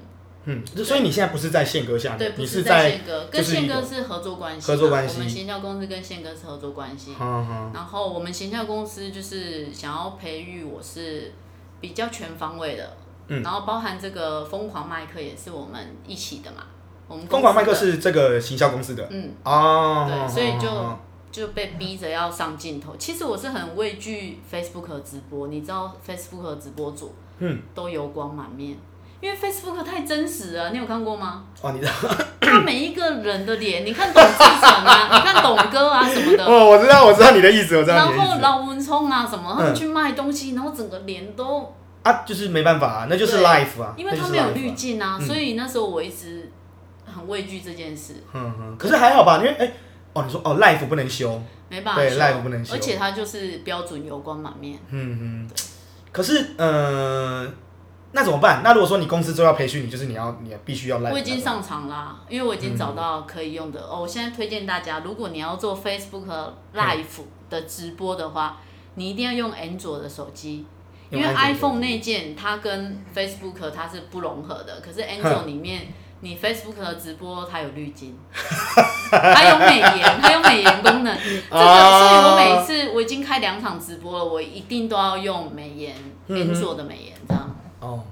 Speaker 1: 嗯，就所以你现在不是在宪哥下
Speaker 2: 对，
Speaker 1: 面，啊
Speaker 2: 不
Speaker 1: 你
Speaker 2: 是
Speaker 1: 在，
Speaker 2: 宪哥，
Speaker 1: 就
Speaker 2: 跟
Speaker 1: 是一
Speaker 2: 宪
Speaker 1: 个
Speaker 2: 哥是合作关系嘛，
Speaker 1: 合作关系
Speaker 2: 我们行销公司跟宪哥是合作关系，
Speaker 1: 嗯嗯
Speaker 2: 然后我们行销公司就是想要培育我是比较全方位的，
Speaker 1: 嗯
Speaker 2: 然后包含这个疯狂麦克也是我们一起的嘛，我们
Speaker 1: 疯
Speaker 2: 公司
Speaker 1: 狂麦克
Speaker 2: 的
Speaker 1: 是这个行销公司的
Speaker 2: 嗯。
Speaker 1: 哦，
Speaker 2: 对所以就
Speaker 1: 哦
Speaker 2: 就被逼着要上镜头。其实我是很畏惧 Facebook 的直播，你知道 Facebook 的直播主
Speaker 1: 嗯
Speaker 2: 都油光满面，因为 Facebook 太真实了，你有看过吗？ <clears throat>
Speaker 1: 哦，你知道
Speaker 2: 他每一个人的脸，你看董志成啊，
Speaker 1: <laughs>
Speaker 2: 你看董哥啊什么的，
Speaker 1: 哦，我知道我知道你的意思，我知嗯
Speaker 2: 然
Speaker 1: 道你的意
Speaker 2: 后
Speaker 1: 思
Speaker 2: 老文聪啊什么，他们去卖东西，然后整个脸都，
Speaker 1: 啊，就是没办法啊，那就是
Speaker 2: 对
Speaker 1: life 啊，
Speaker 2: 因为
Speaker 1: 那就
Speaker 2: 他
Speaker 1: 是
Speaker 2: 没有
Speaker 1: life 啊
Speaker 2: 滤镜啊，
Speaker 1: 嗯
Speaker 2: 所以那时候我一直很畏惧这件事，
Speaker 1: 嗯嗯，可是还好吧，因为哎、哦，你说哦，life 不能修，
Speaker 2: 没办法
Speaker 1: 对
Speaker 2: 修
Speaker 1: ，live 不能修
Speaker 2: 而且他就是标准油光满面。
Speaker 1: 嗯嗯，可是呃，那怎么办？那如果说你公司就要培训你，就是你要你必须要 life，
Speaker 2: 我已经
Speaker 1: 那种
Speaker 2: 上场啦，因为我已经找到可以用的、哦。我现在推荐大家，如果你要做 Facebook Live 的直播的话，你一定要用安卓的手机，因
Speaker 1: 用
Speaker 2: 为
Speaker 1: iPhone 的
Speaker 2: iPhone 那件它跟 Facebook 它是不融合的，可是安卓里面。你 Facebook 的直播它有滤 <laughs> 镜，它有美颜，它有美颜功 <laughs> 能。这个，所以我每次我已经开两场直播了，我一定都要用美颜，安卓的美颜这样。
Speaker 1: 哦，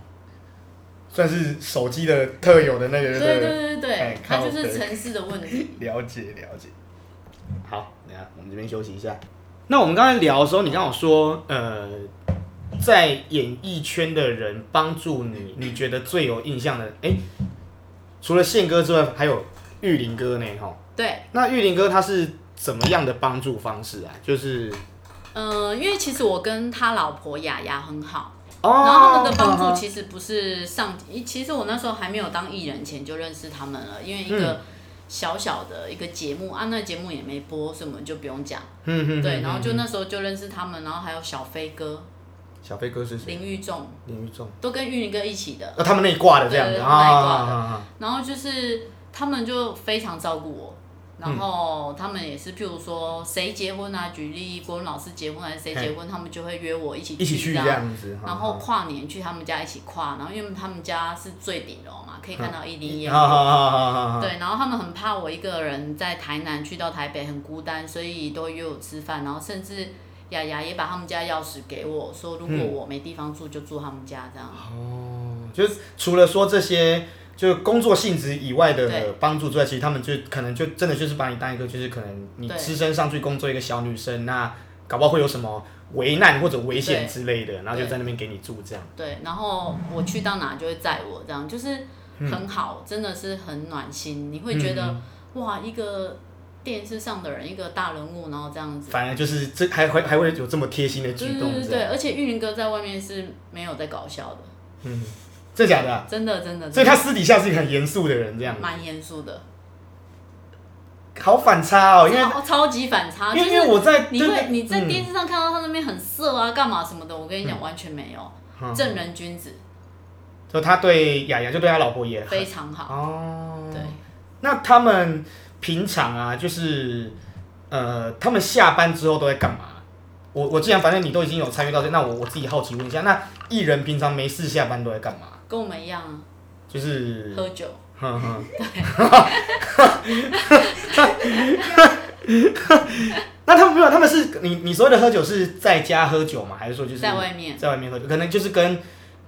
Speaker 1: 算是手机的特有的那个
Speaker 2: 对对对对
Speaker 1: 哎
Speaker 2: 对，它就
Speaker 1: 靠北
Speaker 2: 是城市的问题。
Speaker 1: 了解了解。好，等一下我们这边休息一下。那我们刚才聊的时候，你刚好说，呃，在演艺圈的人帮助你，你觉得最有印象的，哎、除了宪哥之外，还有玉林哥呢，哈。
Speaker 2: 对，
Speaker 1: 那玉林哥他是怎么样的帮助方式啊？就是，
Speaker 2: 嗯，因为其实我跟他老婆雅雅很好，
Speaker 1: 哦，嗯
Speaker 2: 然后他们的帮助
Speaker 1: 助，
Speaker 2: 其实不是上，其实我那时候还没有当艺人前就认识他们了，因为一
Speaker 1: 嗯
Speaker 2: 个小小的一个节目啊，那节目也没播，所以我们就不用讲。
Speaker 1: 嗯嗯，
Speaker 2: 对，然后就
Speaker 1: 嗯
Speaker 2: 那时候就认识他们，然后还有小飞哥、
Speaker 1: 小飞哥是谁？
Speaker 2: 林玉仲，
Speaker 1: 林玉仲，
Speaker 2: 都跟玉林哥一起的，
Speaker 1: 那、他们那一挂的这样子
Speaker 2: 对
Speaker 1: 啊
Speaker 2: 他们那一挂
Speaker 1: 啊啊
Speaker 2: 的
Speaker 1: 啊
Speaker 2: 然后就是他们就非常照顾我，然
Speaker 1: 嗯
Speaker 2: 后他们也是，譬如说谁结婚啊，举例国文老师结婚还是谁结婚，他们就会约我一起
Speaker 1: 一起去
Speaker 2: 这
Speaker 1: 这
Speaker 2: 样。
Speaker 1: 样子，
Speaker 2: 然后跨年去他们家一起跨，然后因为他们家是最顶楼嘛，可以看到一零一。
Speaker 1: 嗯好好好好好好，
Speaker 2: 对，然后他们很怕我一个人在台南去到台北很孤单，所以都约我吃饭，然后甚至雅雅也把他们家钥匙给我，说如果
Speaker 1: 嗯
Speaker 2: 我没地方住就住他们家这样。
Speaker 1: 哦，就是除了说这些。就工作性质以外
Speaker 2: 对
Speaker 1: 的帮助之外，其实他们就可能就真的就是把你当一个，就是可能你
Speaker 2: 对
Speaker 1: 只身上去工作一个小女生，那搞不好会有什么危难或者危险
Speaker 2: 对
Speaker 1: 之类的，然后就
Speaker 2: 对
Speaker 1: 在那边给你住这样。
Speaker 2: 对，然后我去到哪就会载我，这样就是很好，真的是很暖心。你会觉得、
Speaker 1: 嗯
Speaker 2: 哇，一个电视上的人，一个大人物，然后这样子。
Speaker 1: 反而就是这还会还会有这么贴心的
Speaker 2: 对
Speaker 1: 举
Speaker 2: 对
Speaker 1: 动
Speaker 2: 对，
Speaker 1: 这
Speaker 2: 对，
Speaker 1: 样。
Speaker 2: 而且玉林哥在外面是没有在搞笑的，
Speaker 1: 嗯，真的假的啊、
Speaker 2: 真的真的，
Speaker 1: 所以
Speaker 2: 真的
Speaker 1: 他私底下是一个很严肃的人，这样
Speaker 2: 蛮严肃的，
Speaker 1: 好反差哦，因为
Speaker 2: 超超级反差，
Speaker 1: 因
Speaker 2: 啊就
Speaker 1: 为因为
Speaker 2: 是
Speaker 1: 我在
Speaker 2: 你
Speaker 1: 对
Speaker 2: 会你在
Speaker 1: 嗯
Speaker 2: 电视上看到他那边很色啊，干嘛什么的，我跟你讲完全没有，
Speaker 1: 嗯
Speaker 2: 正人君子
Speaker 1: 就他对雅雅就对他老婆也很
Speaker 2: 非常好，
Speaker 1: 哦，
Speaker 2: 对，
Speaker 1: 那他们平常啊，就是呃，他们下班之后都在干嘛？我我既然反正你都已经有参与到这，那我我自己好奇问一下，那艺人平常没事下班都在干嘛？
Speaker 2: 跟我们一样啊，
Speaker 1: 就是
Speaker 2: 喝 <laughs> 酒。
Speaker 1: 哼哼，那他们没有，他们是你你所谓的喝酒是在家喝酒吗？还是说就是
Speaker 2: 在外面
Speaker 1: 在外面喝酒？可能就是跟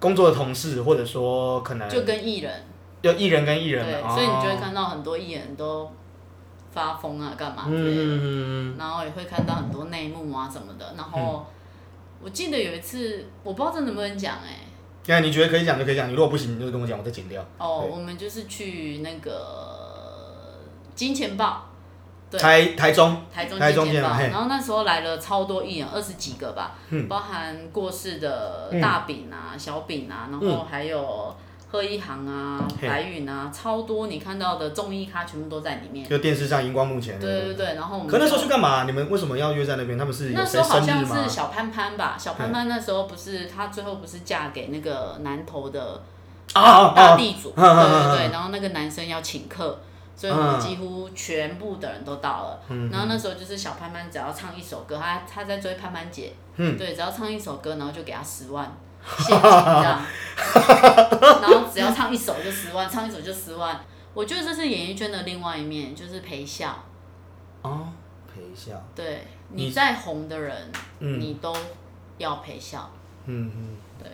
Speaker 1: 工作的同事，或者说可能
Speaker 2: 就跟艺人，
Speaker 1: 就艺人哎跟艺人
Speaker 2: 对，
Speaker 1: 嘛，
Speaker 2: 所以你就会
Speaker 1: 哦
Speaker 2: 看到很多艺人都发疯啊，干嘛
Speaker 1: 嗯
Speaker 2: 之
Speaker 1: 嗯
Speaker 2: 类的，
Speaker 1: 嗯嗯
Speaker 2: 然后也会看到很多内幕啊什么的。然后我记得有一次，我不知道这能不能讲哎、
Speaker 1: 嗯，那你觉得可以讲就可以讲，你如果不行你就跟我讲，我再剪掉。
Speaker 2: 哦，
Speaker 1: 对
Speaker 2: 我们就是去那个金钱豹，对
Speaker 1: 台台中，
Speaker 2: 台中
Speaker 1: 台中
Speaker 2: 金
Speaker 1: 见
Speaker 2: 钱
Speaker 1: 了
Speaker 2: 豹，
Speaker 1: 嘿
Speaker 2: 然后那时候来了超多艺人，二十几个吧，
Speaker 1: 嗯
Speaker 2: 包含过世的大饼啊、小饼啊，然后还有贺一航啊、
Speaker 1: 嗯嘿
Speaker 2: 白云啊，超多你看到的综艺咖全部都在里面。
Speaker 1: 就电视上荧光幕前。
Speaker 2: 对对对，然后我们
Speaker 1: 可那时候
Speaker 2: 就
Speaker 1: 去干嘛？你们为什么要约在那边？他们是有
Speaker 2: 那时
Speaker 1: 谁
Speaker 2: 候好
Speaker 1: 生
Speaker 2: 像
Speaker 1: 日
Speaker 2: 是
Speaker 1: 吗？嗯
Speaker 2: 小潘潘吧，小潘潘那时候不是她最后不是嫁给那个南投的
Speaker 1: 啊啊
Speaker 2: 大
Speaker 1: 啊！
Speaker 2: 地主，
Speaker 1: 嗯嗯嗯
Speaker 2: 对对
Speaker 1: 嗯
Speaker 2: 对，然后那个男生要请客，所以我们
Speaker 1: 嗯
Speaker 2: 几乎全部的人都到了。然后那时候就是小潘潘只要唱一首歌，她她在追潘潘姐，
Speaker 1: 嗯
Speaker 2: 对，只要唱一首歌，然后就给她十万。现金这
Speaker 1: <laughs>
Speaker 2: 样，然后只要唱一首就十万，唱一首就十万。我觉得这是演艺圈的另外一面，就是陪笑。
Speaker 1: 哦，陪一下。
Speaker 2: 对，
Speaker 1: 你
Speaker 2: 你再红的人，
Speaker 1: 嗯
Speaker 2: 你都要陪笑。
Speaker 1: 嗯嗯。
Speaker 2: 对，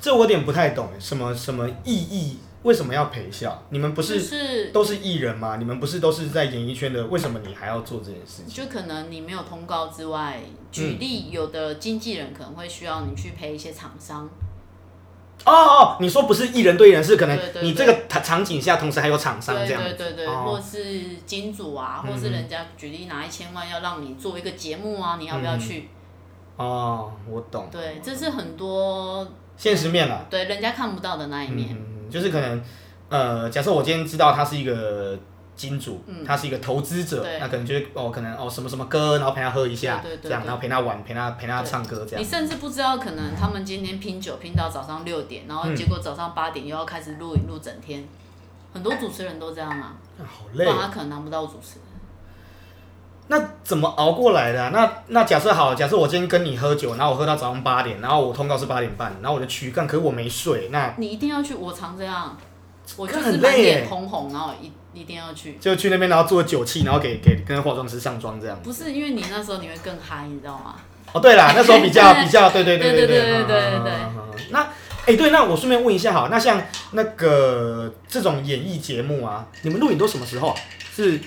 Speaker 1: 这我有点不太懂，什么什么意义？为什么要陪笑？你们不
Speaker 2: 就是是
Speaker 1: 都是艺人吗？你们不是都是在演艺圈的？为什么你还要做这件事情？
Speaker 2: 就可能你没有通告之外，举例有的经纪人可能会需要你去陪一些厂商，
Speaker 1: 哦哦，你说不是艺人对艺人，是可能
Speaker 2: 对对对
Speaker 1: 你这个场场景下，同时还有厂商
Speaker 2: 对
Speaker 1: 这样
Speaker 2: 对
Speaker 1: 子。
Speaker 2: 对对，
Speaker 1: 哦嗯
Speaker 2: 或是金主啊，或是人家举例拿一千万要让你做一个节目啊，你要不要去？
Speaker 1: 嗯哦，我懂，
Speaker 2: 对，这是很多
Speaker 1: 现实面啦。
Speaker 2: 对人家看不到的那一面。
Speaker 1: 嗯，就是可能，呃，假设我今天知道他是一个金主，他是一个投资者
Speaker 2: 嗯对，
Speaker 1: 那可能就是哦，可能哦什么什么歌，然后陪他喝一下，
Speaker 2: 对对对
Speaker 1: 这样，
Speaker 2: 对
Speaker 1: 然后陪他玩，陪他陪他
Speaker 2: 对
Speaker 1: 唱歌这样
Speaker 2: 你。甚至不知道，可能他们今天拼酒拼到早上六点，
Speaker 1: 嗯
Speaker 2: 然后结果早上八点又要开始录影录整天，很多主持人都这样啊，
Speaker 1: 啊好
Speaker 2: 不
Speaker 1: 累
Speaker 2: 然
Speaker 1: 哦。
Speaker 2: 他可能当不到主持人。
Speaker 1: 那怎么熬过来的啊、那那假设好，假设我今天跟你喝酒，然后我喝到早上八点，然后我通告是八点半，然后我就去干，可是我没睡，那
Speaker 2: 你一定要去，我常这样，我就
Speaker 1: 可
Speaker 2: 是
Speaker 1: 很累
Speaker 2: 满
Speaker 1: 耶
Speaker 2: 脸通红，然后一一定要去。
Speaker 1: 就去那边，然后做酒气，然后给给跟化妆师上妆这样。
Speaker 2: 不是因为你那时候你会更嗨，你知道吗？
Speaker 1: 哦，对啦，那时候比
Speaker 2: <laughs>
Speaker 1: 较
Speaker 2: 对
Speaker 1: 比较，对对对
Speaker 2: 对对
Speaker 1: 对
Speaker 2: 对对对对
Speaker 1: 嗯嗯嗯嗯嗯那哎、对，那我顺便问一下，好，那像那个这种演艺节目啊，你们录影都什么时候啊？是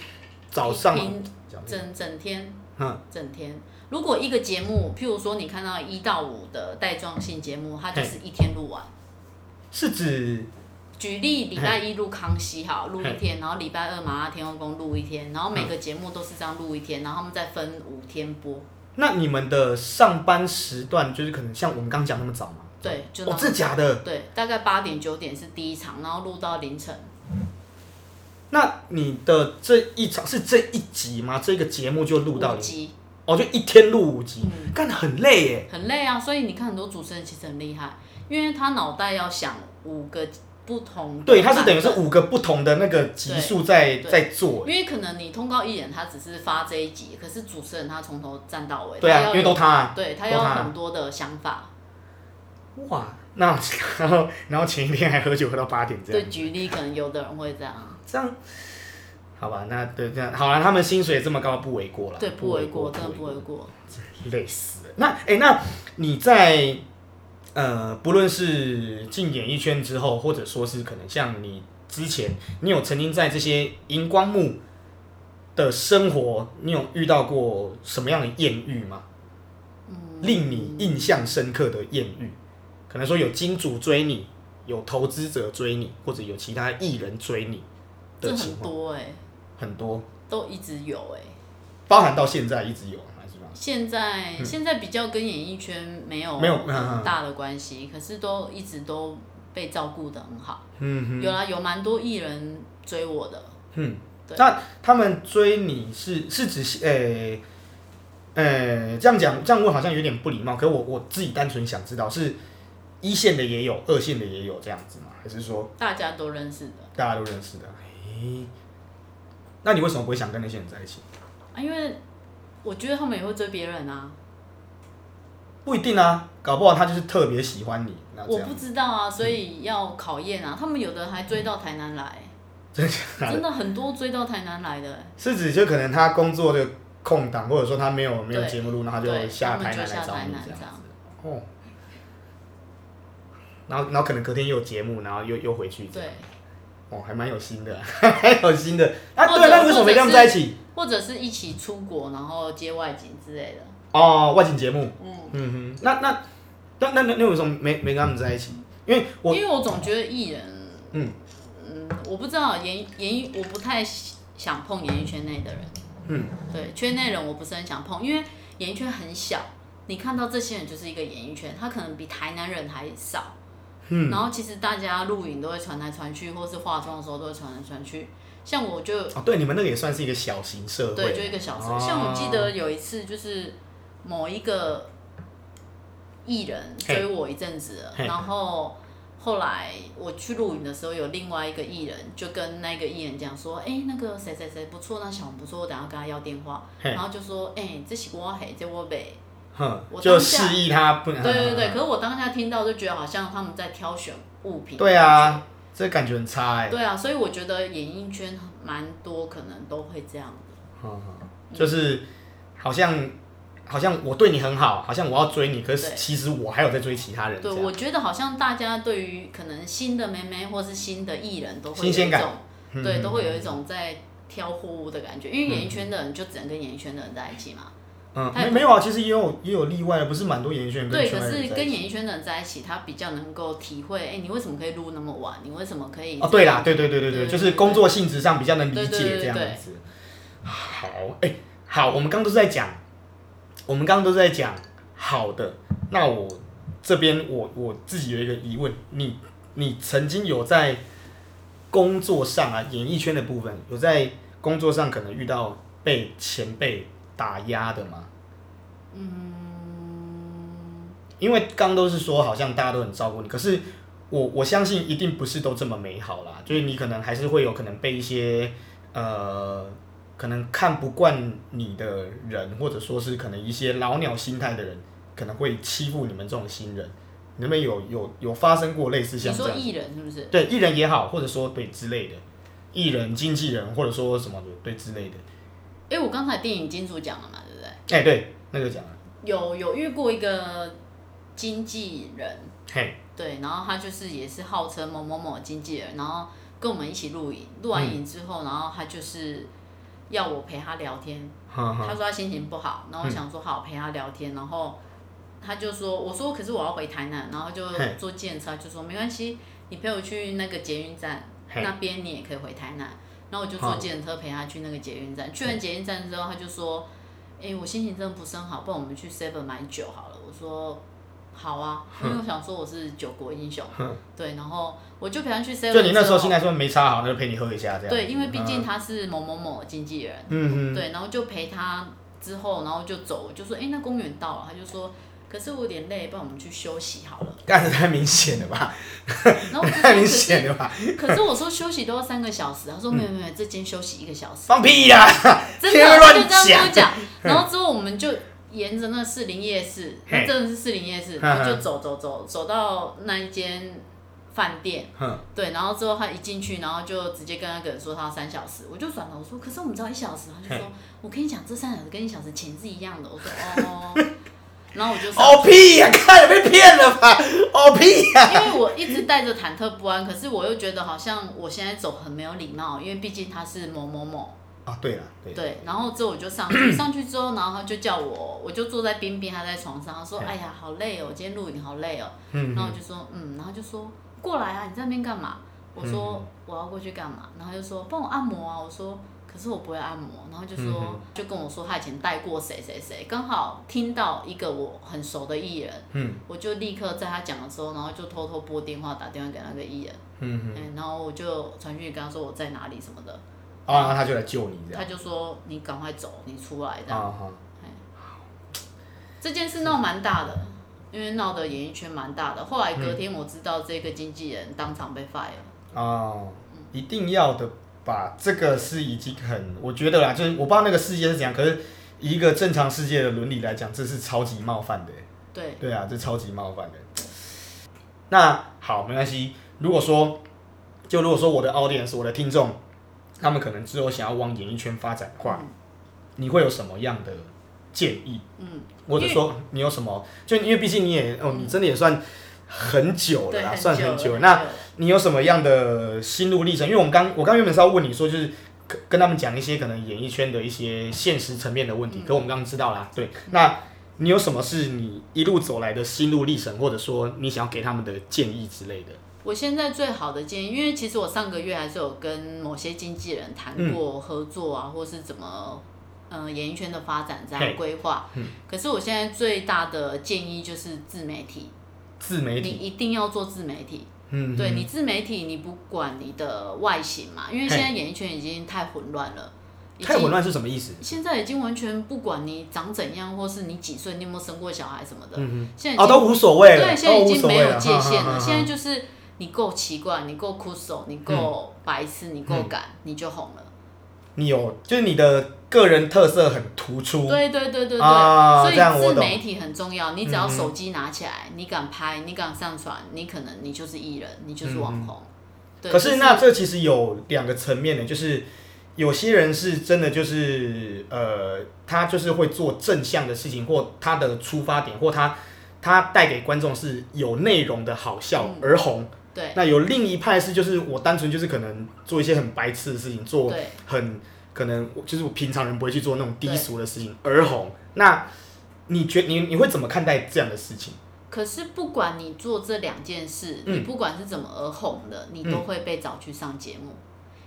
Speaker 1: 早上啊吗？
Speaker 2: 平整整天
Speaker 1: 嗯，
Speaker 2: 整天。如果一个节目，譬如说你看到一到五的带状性节目，它就是一天录完。
Speaker 1: 是指
Speaker 2: 举例，礼拜一录康熙好，录一天，然后礼拜二麻辣天后宫录一天，然后每个节目都是这样录一天，然后他们再分五天播。
Speaker 1: 那你们的上班时段，就是可能像我们刚讲那么早吗？
Speaker 2: 对，就那
Speaker 1: 哦，
Speaker 2: 么
Speaker 1: 真的假的？
Speaker 2: 对，大概八点九点是第一场，然后录到凌晨。
Speaker 1: 那你的这一场是这一集吗？这个节目就录到
Speaker 2: 五
Speaker 1: 你
Speaker 2: 集，
Speaker 1: 哦，就一天录五集，
Speaker 2: 嗯，
Speaker 1: 干、很累耶。
Speaker 2: 很累啊。所以你看很多主持人其实很厉害，因为他脑袋要想五个不同的
Speaker 1: 对，它是等于是
Speaker 2: 版本
Speaker 1: 五个不同的那个级数在
Speaker 2: 对对
Speaker 1: 在做
Speaker 2: 因，为可能你通告艺人他只是发这一集，可是主持人他从头站到尾，
Speaker 1: 对
Speaker 2: 他
Speaker 1: 啊，
Speaker 2: 要
Speaker 1: 因为
Speaker 2: 有
Speaker 1: 都他啊，
Speaker 2: 对他
Speaker 1: 都
Speaker 2: 要
Speaker 1: 他
Speaker 2: 很多的想法。
Speaker 1: 哇，那 <laughs> 然后然后前一天还喝酒喝到八点这
Speaker 2: 对，
Speaker 1: 样，
Speaker 2: 举例可能有的人会这样，
Speaker 1: 这样好吧，那对这样好了，他们薪水这么高不为过了，
Speaker 2: 对，不为过，真
Speaker 1: 不
Speaker 2: 的
Speaker 1: 为
Speaker 2: 不
Speaker 1: 过
Speaker 2: 为，过。
Speaker 1: 累死了。那哎、诶那你在呃，不论是进演艺圈之后，或者说是可能像你之前，你有曾经在这些荧光幕的生活，你有遇到过什么样的艳遇吗？令你印象深刻的艳遇，可能说有金主追你，有投资者追你，或者有其他艺人追你的
Speaker 2: 这
Speaker 1: 情
Speaker 2: 很
Speaker 1: 况，
Speaker 2: 多哎、
Speaker 1: 很多，
Speaker 2: 都一直有哎、
Speaker 1: 包含到现在一直有，还是吧？
Speaker 2: 现在、现在比较跟演艺圈没有
Speaker 1: 嗯没有嗯嗯
Speaker 2: 很大的关系，可是都一直都被照顾的很好。
Speaker 1: 嗯哼。
Speaker 2: 有啦，有蛮多艺人追我的，
Speaker 1: 嗯，
Speaker 2: 对
Speaker 1: 那他们追你是是指诶诶这样讲这样问好像有点不礼貌，可我我自己单纯想知道是一线的也有，二线的也有这样子吗？还是说
Speaker 2: 大家都认识的
Speaker 1: 大家都认识的？诶，那你为什么不会想跟那些人在一起？
Speaker 2: 啊，因为我觉得他们也会追别人啊，
Speaker 1: 不一定啊，搞不好他就是特别喜欢你，那这
Speaker 2: 我
Speaker 1: 样
Speaker 2: 不知道啊，所以要考验啊。他们有的还追到台
Speaker 1: <laughs>
Speaker 2: 南来，
Speaker 1: 真的假
Speaker 2: 真
Speaker 1: 的？
Speaker 2: 的很多追到台南来的、
Speaker 1: 是指就可能他工作的空档，或者说他没有没有
Speaker 2: 对
Speaker 1: 节目录，那他
Speaker 2: 对
Speaker 1: 就下
Speaker 2: 他们
Speaker 1: 台
Speaker 2: 就
Speaker 1: 南来
Speaker 2: 下
Speaker 1: 找
Speaker 2: 台
Speaker 1: 你
Speaker 2: 南
Speaker 1: 这样
Speaker 2: 这
Speaker 1: 子
Speaker 2: 样。
Speaker 1: 哦。然后，然后可能隔天又有节目，然后又又回去这样
Speaker 2: 对，
Speaker 1: 哦，还蛮有心的， <laughs> 还有心的。啊，
Speaker 2: 或
Speaker 1: 对，
Speaker 2: 者
Speaker 1: 那你为什么没跟他们在一起？
Speaker 2: 或者是一起出国，然后接外景之类的。
Speaker 1: 哦，外景节目。
Speaker 2: 嗯，
Speaker 1: 嗯哼，那那那那那那为什么没没跟他们在一起？因为我
Speaker 2: 因为我总觉得艺人，
Speaker 1: 嗯
Speaker 2: 嗯，我不知道演艺演艺，我不太想碰演艺圈内的人。
Speaker 1: 嗯，
Speaker 2: 对，圈内人我不是很想碰，因为演艺圈很小，你看到这些人就是一个演艺圈，他可能比台南人还少。
Speaker 1: 嗯
Speaker 2: 然后其实大家录影都会传来传去，或是化妆的时候都会传来传去。像我就
Speaker 1: 哦，对，你们那个也算是一个小型社会。哦
Speaker 2: 对，就一个小时。像我记得有一次，就是某一个艺人
Speaker 1: 嘿
Speaker 2: 追我一阵子了，
Speaker 1: 嘿
Speaker 2: 然后后来我去录影的时候，有另外一个艺人就跟那个艺人讲说：“哎、那个谁谁谁不错，那小红不错，我等下跟他要电话。”
Speaker 1: 嘿
Speaker 2: 然，后就说：“哎、这是我黑，这我北。
Speaker 1: 哼，
Speaker 2: 我
Speaker 1: 就
Speaker 2: 当下
Speaker 1: 示意他不。”
Speaker 2: 对
Speaker 1: <laughs>
Speaker 2: 对对，可
Speaker 1: 嗯
Speaker 2: 是我当下听到就觉得好像他们在挑选物品。
Speaker 1: 对啊，这感觉很差哎。
Speaker 2: 对啊，所以我觉得演艺圈蛮多可能都会这样的。
Speaker 1: 嗯就是好像好像我对你很好，好像我要追你，可是
Speaker 2: 对
Speaker 1: 其实我还有在追其他人。
Speaker 2: 对，
Speaker 1: 这样
Speaker 2: 我觉得好像大家对于可能新的妹妹或是新的艺人都会有
Speaker 1: 新
Speaker 2: 一
Speaker 1: 鲜
Speaker 2: 种
Speaker 1: 感，嗯
Speaker 2: 对，都会有一种在挑货物的感觉，因为演艺圈的人就只能跟演艺圈的人在一起嘛。
Speaker 1: 嗯，
Speaker 2: 太
Speaker 1: 没没有啊，其实也有也有例外，不是蛮多演艺圈人
Speaker 2: 对，
Speaker 1: 圈
Speaker 2: 可
Speaker 1: 外人
Speaker 2: 是
Speaker 1: 在
Speaker 2: 跟
Speaker 1: 一起
Speaker 2: 演艺圈的人在一起，他比较能够体会，哎、你为什么可以录那么晚？你为什么可以？
Speaker 1: 哦，对啦，对对对对对，
Speaker 2: 对
Speaker 1: 就是工作性质上比较能理
Speaker 2: 对对
Speaker 1: 解
Speaker 2: 对
Speaker 1: 这样
Speaker 2: 对
Speaker 1: 子。好，哎、好，我们刚刚都是在讲，我们刚刚都是在讲好的。那我这边我我自己有一个疑问，你你曾经有在工作上啊，演艺圈的部分有在工作上可能遇到被前辈打压的吗？
Speaker 2: 嗯，
Speaker 1: 因为刚都是说好像大家都很照顾你，可是我我相信一定不是都这么美好啦，就是你可能还是会有可能被一些呃可能看不惯你的人，或者说是可能一些老鸟心态的人，可能会欺负你们这种新人。你们有有有发生过类似
Speaker 2: 你
Speaker 1: 像这
Speaker 2: 说
Speaker 1: 样
Speaker 2: 艺人是不是？
Speaker 1: 对艺人也好，或者说对之类的艺人、经纪人或者说什么的对之类的，
Speaker 2: 哎、我刚才电影金主讲了嘛，对不对？
Speaker 1: 哎、对，那就讲了，
Speaker 2: 有有遇过一个经纪人，
Speaker 1: 嘿，
Speaker 2: 对，然后他就是也是号称某某某经纪人，然后跟我们一起录影，录完影之后，然后他就是要我陪他聊天，
Speaker 1: 哈
Speaker 2: 他
Speaker 1: 哈，
Speaker 2: 说他心情不好，然后我想说好陪他聊天，然后他就说我说可是我要回台南，然后就
Speaker 1: 嘿
Speaker 2: 坐电车，他就说没关系，你陪我去那个捷运站
Speaker 1: 嘿
Speaker 2: 那边你也可以回台南，然后我就坐
Speaker 1: 好
Speaker 2: 电车陪他去那个捷运站，去完捷运站之后他就说，哎、我心情真的不是很好，不然我们去 Seven 买酒好了，我说。好啊，因为我想说我是酒国英雄，
Speaker 1: 哼
Speaker 2: 对，然后我就陪他去 Seven。
Speaker 1: 就你那时候心态说没差好，那就陪你喝一下这样。
Speaker 2: 对，因为毕竟
Speaker 1: 嗯
Speaker 2: 他是某某某经纪人，
Speaker 1: 嗯哼。
Speaker 2: 对，然后就陪他之后，然后就走，就说，哎、那公园到了，他就说，可可是我有点累，不然我们去休息好了。
Speaker 1: 干的太明显了吧，
Speaker 2: 然
Speaker 1: <laughs>
Speaker 2: 后我就说
Speaker 1: 太明显了吧，
Speaker 2: 可是可是我说休息都要三个小时，他说没有没有，这间休息一个小时，
Speaker 1: 放屁啦！
Speaker 2: 真
Speaker 1: 天天
Speaker 2: 的他
Speaker 1: 乱
Speaker 2: 就这样跟
Speaker 1: 讲
Speaker 2: 我讲。然后之后我们就沿着那士林夜市，那
Speaker 1: 嘿
Speaker 2: 真的是士林夜市，
Speaker 1: 嗯
Speaker 2: 然后就走走走走到那一间饭店，
Speaker 1: 哼，
Speaker 2: 对，然后之后他一进去，然后就直接跟那个人说他要三小时，我就转头说，可是我们只要一小时，他就说
Speaker 1: 嘿，
Speaker 2: 我跟你讲，这三小时跟一小时钱是一样的，我说哦，
Speaker 1: <laughs>
Speaker 2: 然后我就上
Speaker 1: 哦屁呀，看了被骗了吧？哦屁呀，
Speaker 2: 因为我一直带着忐忑不安，可是我又觉得好像我现在走很没有礼貌，因为毕竟他是某某某，
Speaker 1: 啊对了，对了，
Speaker 2: 对，然后之后我就上去，上去之后，然后他就叫我，我就坐在冰冰，他在床上，他说：“
Speaker 1: 嗯
Speaker 2: 哎呀，好累哦，今天录影好累哦。”
Speaker 1: 嗯
Speaker 2: 然后我就说：“嗯。”然后就说：“过来啊，你在那边干嘛？”我
Speaker 1: 嗯
Speaker 2: 说：“我要过去干嘛？”然后就说：“帮我按摩啊。”我说：“可是我不会按摩。”然后就说
Speaker 1: 嗯
Speaker 2: 就跟我说他以前带过谁谁谁，刚好听到一个我很熟的艺人，
Speaker 1: 嗯
Speaker 2: 我就立刻在他讲的时候，然后就偷偷拨电话打电话给那个艺人，
Speaker 1: 嗯嗯，
Speaker 2: 嗯，然后我就传讯息跟他说我在哪里什么的，
Speaker 1: 哦，然后他就来救你这样
Speaker 2: 他，就说你赶快走，你出来这
Speaker 1: 啊
Speaker 2: 样。
Speaker 1: 好，
Speaker 2: 这件事闹蛮大的，因为闹得演艺圈蛮大的。后来隔天我知道这个经纪人当场被 fire，
Speaker 1: 哦，一定要的吧？这个是已经很，我觉得啦，就是我不知道那个世界是怎样，可是以一个正常世界的伦理来讲，这是超级冒犯的欸、
Speaker 2: 对，
Speaker 1: 对啊，这超级冒犯的。那好，没关系。如果说，就如果说我的 audience，我的听众，他们可能之后想要往演艺圈发展的话，
Speaker 2: 嗯
Speaker 1: 你会有什么样的建议？
Speaker 2: 嗯，
Speaker 1: 或者说你有什么？就因为毕竟你也哦，你真的也算很久了
Speaker 2: 对，
Speaker 1: 啦，
Speaker 2: 很
Speaker 1: 算
Speaker 2: 久
Speaker 1: 很
Speaker 2: 了
Speaker 1: 久了。
Speaker 2: 很
Speaker 1: 哦那
Speaker 2: 久了
Speaker 1: 你有什么样的心路历程？因为我们刚我刚原本是要问你说，就是跟跟他们讲一些可能演艺圈的一些现实层面的
Speaker 2: 嗯
Speaker 1: 问题，可我们刚刚知道啦。对，那你有什么是你一路走来的心路历程，或者说你想要给他们的建议之类的？
Speaker 2: 我现在最好的建议，因为其实我上个月还是有跟某些经纪人谈过合作啊，或是怎么。呃，演艺圈的发展这
Speaker 1: 嘿
Speaker 2: 样规划，
Speaker 1: 嗯
Speaker 2: 可是我现在最大的建议就是自媒体，
Speaker 1: 自媒
Speaker 2: 你
Speaker 1: 体，
Speaker 2: 一定要做自媒体。
Speaker 1: 嗯，
Speaker 2: 对
Speaker 1: 嗯
Speaker 2: 你自媒体，你不管你的外形嘛，因为现在演艺圈已经太混乱了，已
Speaker 1: 太
Speaker 2: 经
Speaker 1: 混乱是什么意思？
Speaker 2: 现在已经完全不管你长怎样，或是你几岁，你有没有生过小孩什么的，
Speaker 1: 嗯
Speaker 2: 现在已经、
Speaker 1: 哦，都无所谓了，
Speaker 2: 对，现在
Speaker 1: 都
Speaker 2: 已
Speaker 1: 无
Speaker 2: 经
Speaker 1: 所
Speaker 2: 没
Speaker 1: 谓
Speaker 2: 有
Speaker 1: 了，
Speaker 2: 界
Speaker 1: 哈
Speaker 2: 限了。
Speaker 1: 哈哈
Speaker 2: 现在就是你够奇怪，你够酷手，你够白痴，你
Speaker 1: 嗯
Speaker 2: 够敢，你就红了。
Speaker 1: 你有，就是你的个人特色很突出，
Speaker 2: 对对对对对，
Speaker 1: 嗯啊
Speaker 2: 所以
Speaker 1: 这样我
Speaker 2: 自
Speaker 1: 懂
Speaker 2: 媒体很重要。你只要
Speaker 1: 嗯哼
Speaker 2: 手机拿起来，你敢拍，你敢上传，你可能你就是艺人，你就是网红。对，
Speaker 1: 嗯可
Speaker 2: 就是
Speaker 1: 那这其实有两个层面呢，就是有些人是真的就是呃，他就是会做正向的事情，或他的出发点，或他他带给观众是有内容的好笑
Speaker 2: 嗯
Speaker 1: 而红。
Speaker 2: 对
Speaker 1: 那有另一派是就是我单纯就是可能做一些很白痴的事情，做
Speaker 2: 对
Speaker 1: 很可能就是我平常人不会去做那种低
Speaker 2: 对
Speaker 1: 俗的事情而红。那你觉你你会怎么看待这样的事情？
Speaker 2: 可是不管你做这两件事，
Speaker 1: 嗯
Speaker 2: 你不管是怎么而红的，你都会被找去上节目。
Speaker 1: 嗯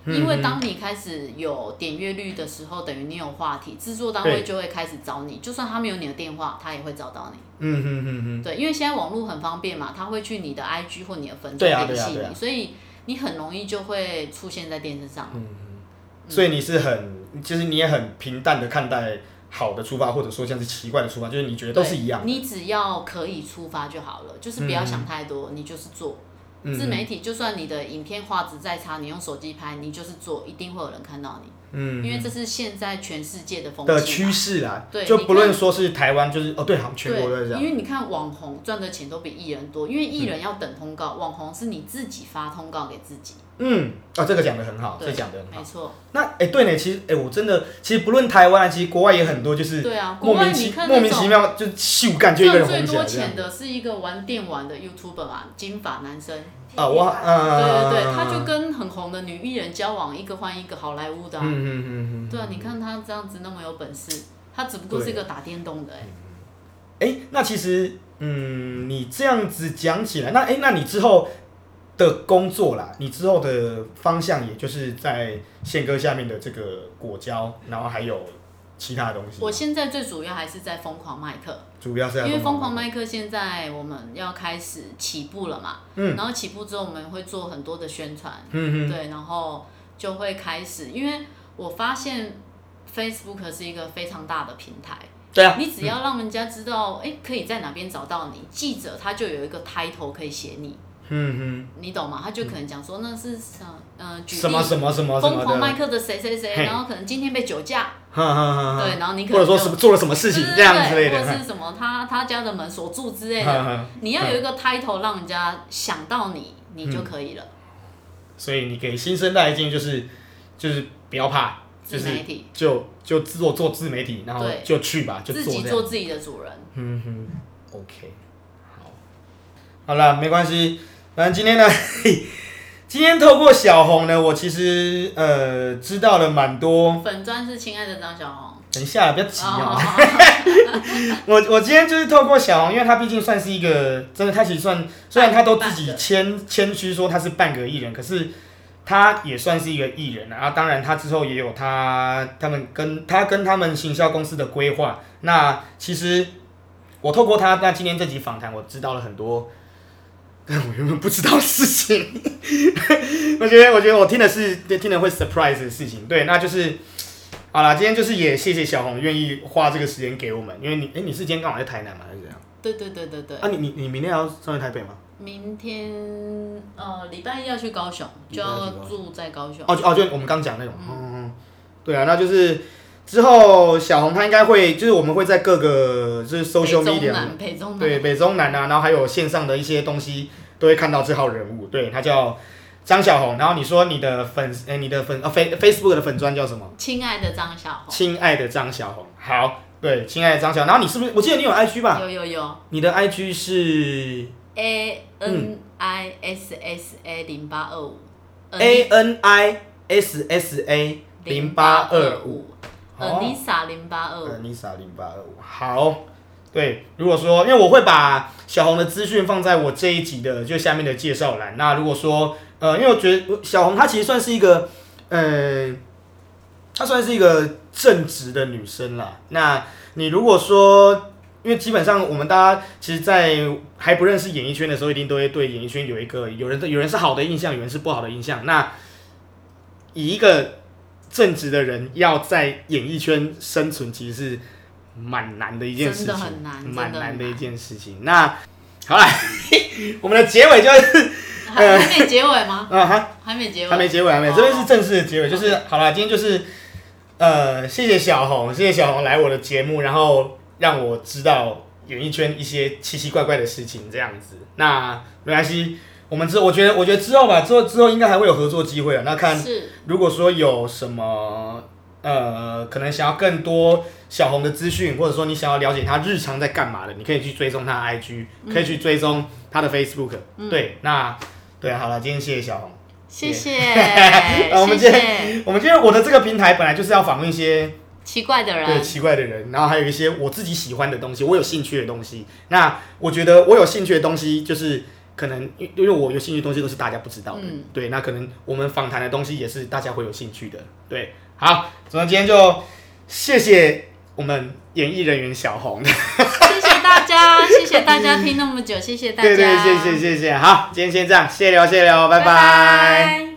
Speaker 2: 因为当你开始有点阅率的时候，等于你有话题，制作单位
Speaker 1: 对
Speaker 2: 就会开始找你。就算他没有你的电话，他也会找到你。
Speaker 1: 嗯哼哼哼，
Speaker 2: 对，因为现在网络很方便嘛，他会去你的 IG 或你的粉丝
Speaker 1: 对啊
Speaker 2: 联系
Speaker 1: 对啊对啊
Speaker 2: 你，所以你很容易就会出现在电视上。
Speaker 1: 嗯所以你是很，就是你也很平淡的看待好的出发，或者说像是奇怪的出发，就是你觉得都是一样
Speaker 2: 对
Speaker 1: 的。
Speaker 2: 你只要可以出发就好了，就是不要想太多，你就是做。
Speaker 1: 嗯
Speaker 2: 自媒体就算你的影片画质再差，你用手机拍，你就是做，一定会有人看到你，
Speaker 1: 嗯
Speaker 2: 因为这是现在全世界的风气嘛
Speaker 1: 的趋势啦，
Speaker 2: 对
Speaker 1: 就
Speaker 2: 你
Speaker 1: 不论
Speaker 2: 看
Speaker 1: 说是台湾，就是哦，对，好像全国都是这
Speaker 2: 对，
Speaker 1: 样。
Speaker 2: 因为你看网红赚的钱都比艺人多，因为艺人要等通告，网红是你自己发通告给自己。
Speaker 1: 嗯，啊、这个讲的很好，这
Speaker 2: 对，
Speaker 1: 讲的很好
Speaker 2: 没。错，
Speaker 1: 那哎、对呢，其实哎、我真的，其实不论台湾，啊其实国外也很多，就是
Speaker 2: 对啊，国
Speaker 1: 莫
Speaker 2: 外
Speaker 1: 名
Speaker 2: 你
Speaker 1: 其
Speaker 2: 看
Speaker 1: 莫
Speaker 2: 那
Speaker 1: 名其
Speaker 2: 种
Speaker 1: 妙就秀干就一个人
Speaker 2: 赚
Speaker 1: 红
Speaker 2: 最
Speaker 1: 起
Speaker 2: 多
Speaker 1: 来这样
Speaker 2: 钱。的是一个玩电玩的 YouTuber 嘛，金发男生。
Speaker 1: 啊，我
Speaker 3: 天天
Speaker 1: 嗯，
Speaker 2: 对对对，他就跟很红的女艺人交往，一个换一个，好莱坞的、啊。
Speaker 1: 嗯嗯嗯嗯。
Speaker 2: 对啊，你看他这样子那么有本事，他只不过是一个打电动的哎、
Speaker 1: 哎、那其实，嗯，你这样子讲起来，那哎、诶那你之后的工作啦，你之后的方向，也就是在宪哥下面的这个果胶，然后还有其他的东西吗。
Speaker 2: 我现在最主要还是在疯狂麦克，
Speaker 1: 主要是在
Speaker 2: 因为疯狂
Speaker 1: 啊卖，
Speaker 2: 麦克现在我们要开始起步了嘛，
Speaker 1: 嗯
Speaker 2: 然后起步之后我们会做很多的宣传，
Speaker 1: 嗯嗯，
Speaker 2: 对，然后就会开始，因为我发现 Facebook 是一个非常大的平台，
Speaker 1: 对啊，
Speaker 2: 你只要让人家知道，哎、可以在哪边找到你，记者他就有一个 title 可以写你，
Speaker 1: 嗯嗯，
Speaker 2: 你懂吗？他就可能讲说那是呃呃，举例
Speaker 1: 什么什么什么什
Speaker 2: 疯
Speaker 1: 么
Speaker 2: 狂麦
Speaker 1: 的，
Speaker 2: 克的谁谁谁，
Speaker 1: 嘿
Speaker 2: 然后可能今天被酒驾，
Speaker 1: 哈哈哈哈，
Speaker 2: 对，然后你可
Speaker 1: 或者说
Speaker 2: 能就
Speaker 1: 什么做了什么事情
Speaker 2: 对对
Speaker 1: 这样之类
Speaker 2: 对
Speaker 1: 的，
Speaker 2: 或者是什么他他家的门锁住之类
Speaker 1: 哈
Speaker 2: 的，
Speaker 1: 哈嗯
Speaker 2: 你要有一个 title 让人家想到你，你就可以了。
Speaker 1: 所以你给新生代的建议就是，就是不要怕，就
Speaker 2: 自
Speaker 1: 是
Speaker 2: 媒体，
Speaker 1: 就就自我做自媒体，然后
Speaker 2: 对
Speaker 1: 就去吧，就
Speaker 2: 自
Speaker 1: 做
Speaker 2: 己
Speaker 1: 这
Speaker 2: 做
Speaker 1: 样。
Speaker 2: 自己的主人。
Speaker 1: 嗯哼，OK，好，好了，没关系。反正今天呢， <laughs> 今天透过小红呢，我其实呃知道了蛮多。
Speaker 2: 粉砖是亲爱的张小红，
Speaker 1: 等一下，不要急 <laughs>
Speaker 2: 哦
Speaker 1: 哦。 <laughs> 我我今天就是透过小红，因为她毕竟算是一个，真的，她其实算虽然她都自己
Speaker 2: 半个
Speaker 1: 谦谦虚说她是半个艺人，可是她也算是一个艺人啊。然后当然她之后也有她他们跟她跟他们行销公司的规划。那其实我透过她，那今天这集访谈，我知道了很多。 <laughs> 我原本不知道的事情， <laughs> 我觉得，我觉得我听的是听的会 surprise 的事情，对，那就是好啦，今天就是也谢谢小红愿意花这个时间给我们，因为你，哎、你是今天刚好在台南嘛，还是怎样？
Speaker 2: 对对对对对，
Speaker 1: 啊，你你你明天还要上去台北吗？
Speaker 2: 明天呃礼拜一要去高雄，
Speaker 1: 礼
Speaker 2: 就
Speaker 1: 拜一
Speaker 2: 要
Speaker 1: 去高雄
Speaker 2: 住在高雄。
Speaker 1: 哦就哦，就我们刚讲那种，嗯嗯嗯，对啊，那就是之后小红她应该会，就是我们会在各个就是 social
Speaker 2: 北中
Speaker 1: media
Speaker 2: 南，北中
Speaker 1: 对
Speaker 2: 南，
Speaker 1: 北中南啊，然后还有线上的一些东西都会看到这号人物，对他叫张小红，然后你说你的粉丝，哎、你的粉啊 Face Facebook 的粉砖叫什么？
Speaker 2: 亲爱的张小红，
Speaker 1: 亲爱的张小红，好，对，亲爱的张小红，然后你是不是我记得你有 IG 吧？
Speaker 2: 有有有
Speaker 1: 你的 IG 是
Speaker 2: A N I S S A 零八二五
Speaker 1: 嗯
Speaker 2: 呃
Speaker 1: A N I S S A 零八二五。哦，
Speaker 2: ，Anisa 零八二五，
Speaker 1: 妮莎零八二五。好，对，如果说，因为我会把小红的资讯放在我这一集的就下面的介绍栏。那如果说，呃，因为我觉得小红她其实算是一个，呃，她算是一个正直的女生啦。那你如果说。因为基本上我们大家其实，在还不认识演艺圈的时候，一定都会对演艺圈有一个有人有人是好的印象，有人是不好的印象。那以一个正直的人要在演艺圈生存，其实是蛮难的一件事情，
Speaker 2: 真的很
Speaker 1: 蛮
Speaker 2: 难真的很
Speaker 1: 难
Speaker 2: 难
Speaker 1: 的一件事情。那好了， <laughs> 我们的结尾就是
Speaker 2: 还还没结尾
Speaker 1: <laughs>
Speaker 2: 吗？
Speaker 1: 啊哈，
Speaker 2: 还没结尾，
Speaker 1: 嗯还没结尾，还没，
Speaker 2: 哦
Speaker 1: 这边是正式的结尾，就是好啦，今天就是呃，谢谢小红，谢谢小红来我的节目，然后让我知道演艺圈一些奇奇怪怪的事情这样子。那没关系，我们之我觉得我觉得之后吧，之后之后应该还会有合作机会啊。那看
Speaker 2: 是
Speaker 1: 如果说有什么呃，可能想要更多小红的资讯，或者说你想要了解她日常在干嘛的，你可以去追踪她的 IG，、可以去追踪她的 Facebook、对，
Speaker 2: 嗯
Speaker 1: 那对，啊好了，今天谢谢小红。
Speaker 2: 谢谢，
Speaker 1: <laughs> 我们
Speaker 2: 谢
Speaker 1: 今
Speaker 2: 谢
Speaker 1: 我们今天我的这个平台本来就是要访问一些
Speaker 2: 奇怪的
Speaker 1: 对
Speaker 2: 人，
Speaker 1: 奇怪的人，然后还有一些我自己喜欢的东西，我有兴趣的东西。那我觉得我有兴趣的东西，就是可能因因为我有兴趣的东西都是大家不知道的，
Speaker 2: 嗯
Speaker 1: 对，那可能我们访谈的东西也是大家会有兴趣的，对。好，总之今天就谢谢我们演艺人员小红，
Speaker 2: 谢谢大家，谢谢大家听那么久，谢谢大家，
Speaker 1: 对对，谢谢谢谢，好，今天先这样，谢谢聊，谢谢聊，拜
Speaker 2: 拜拜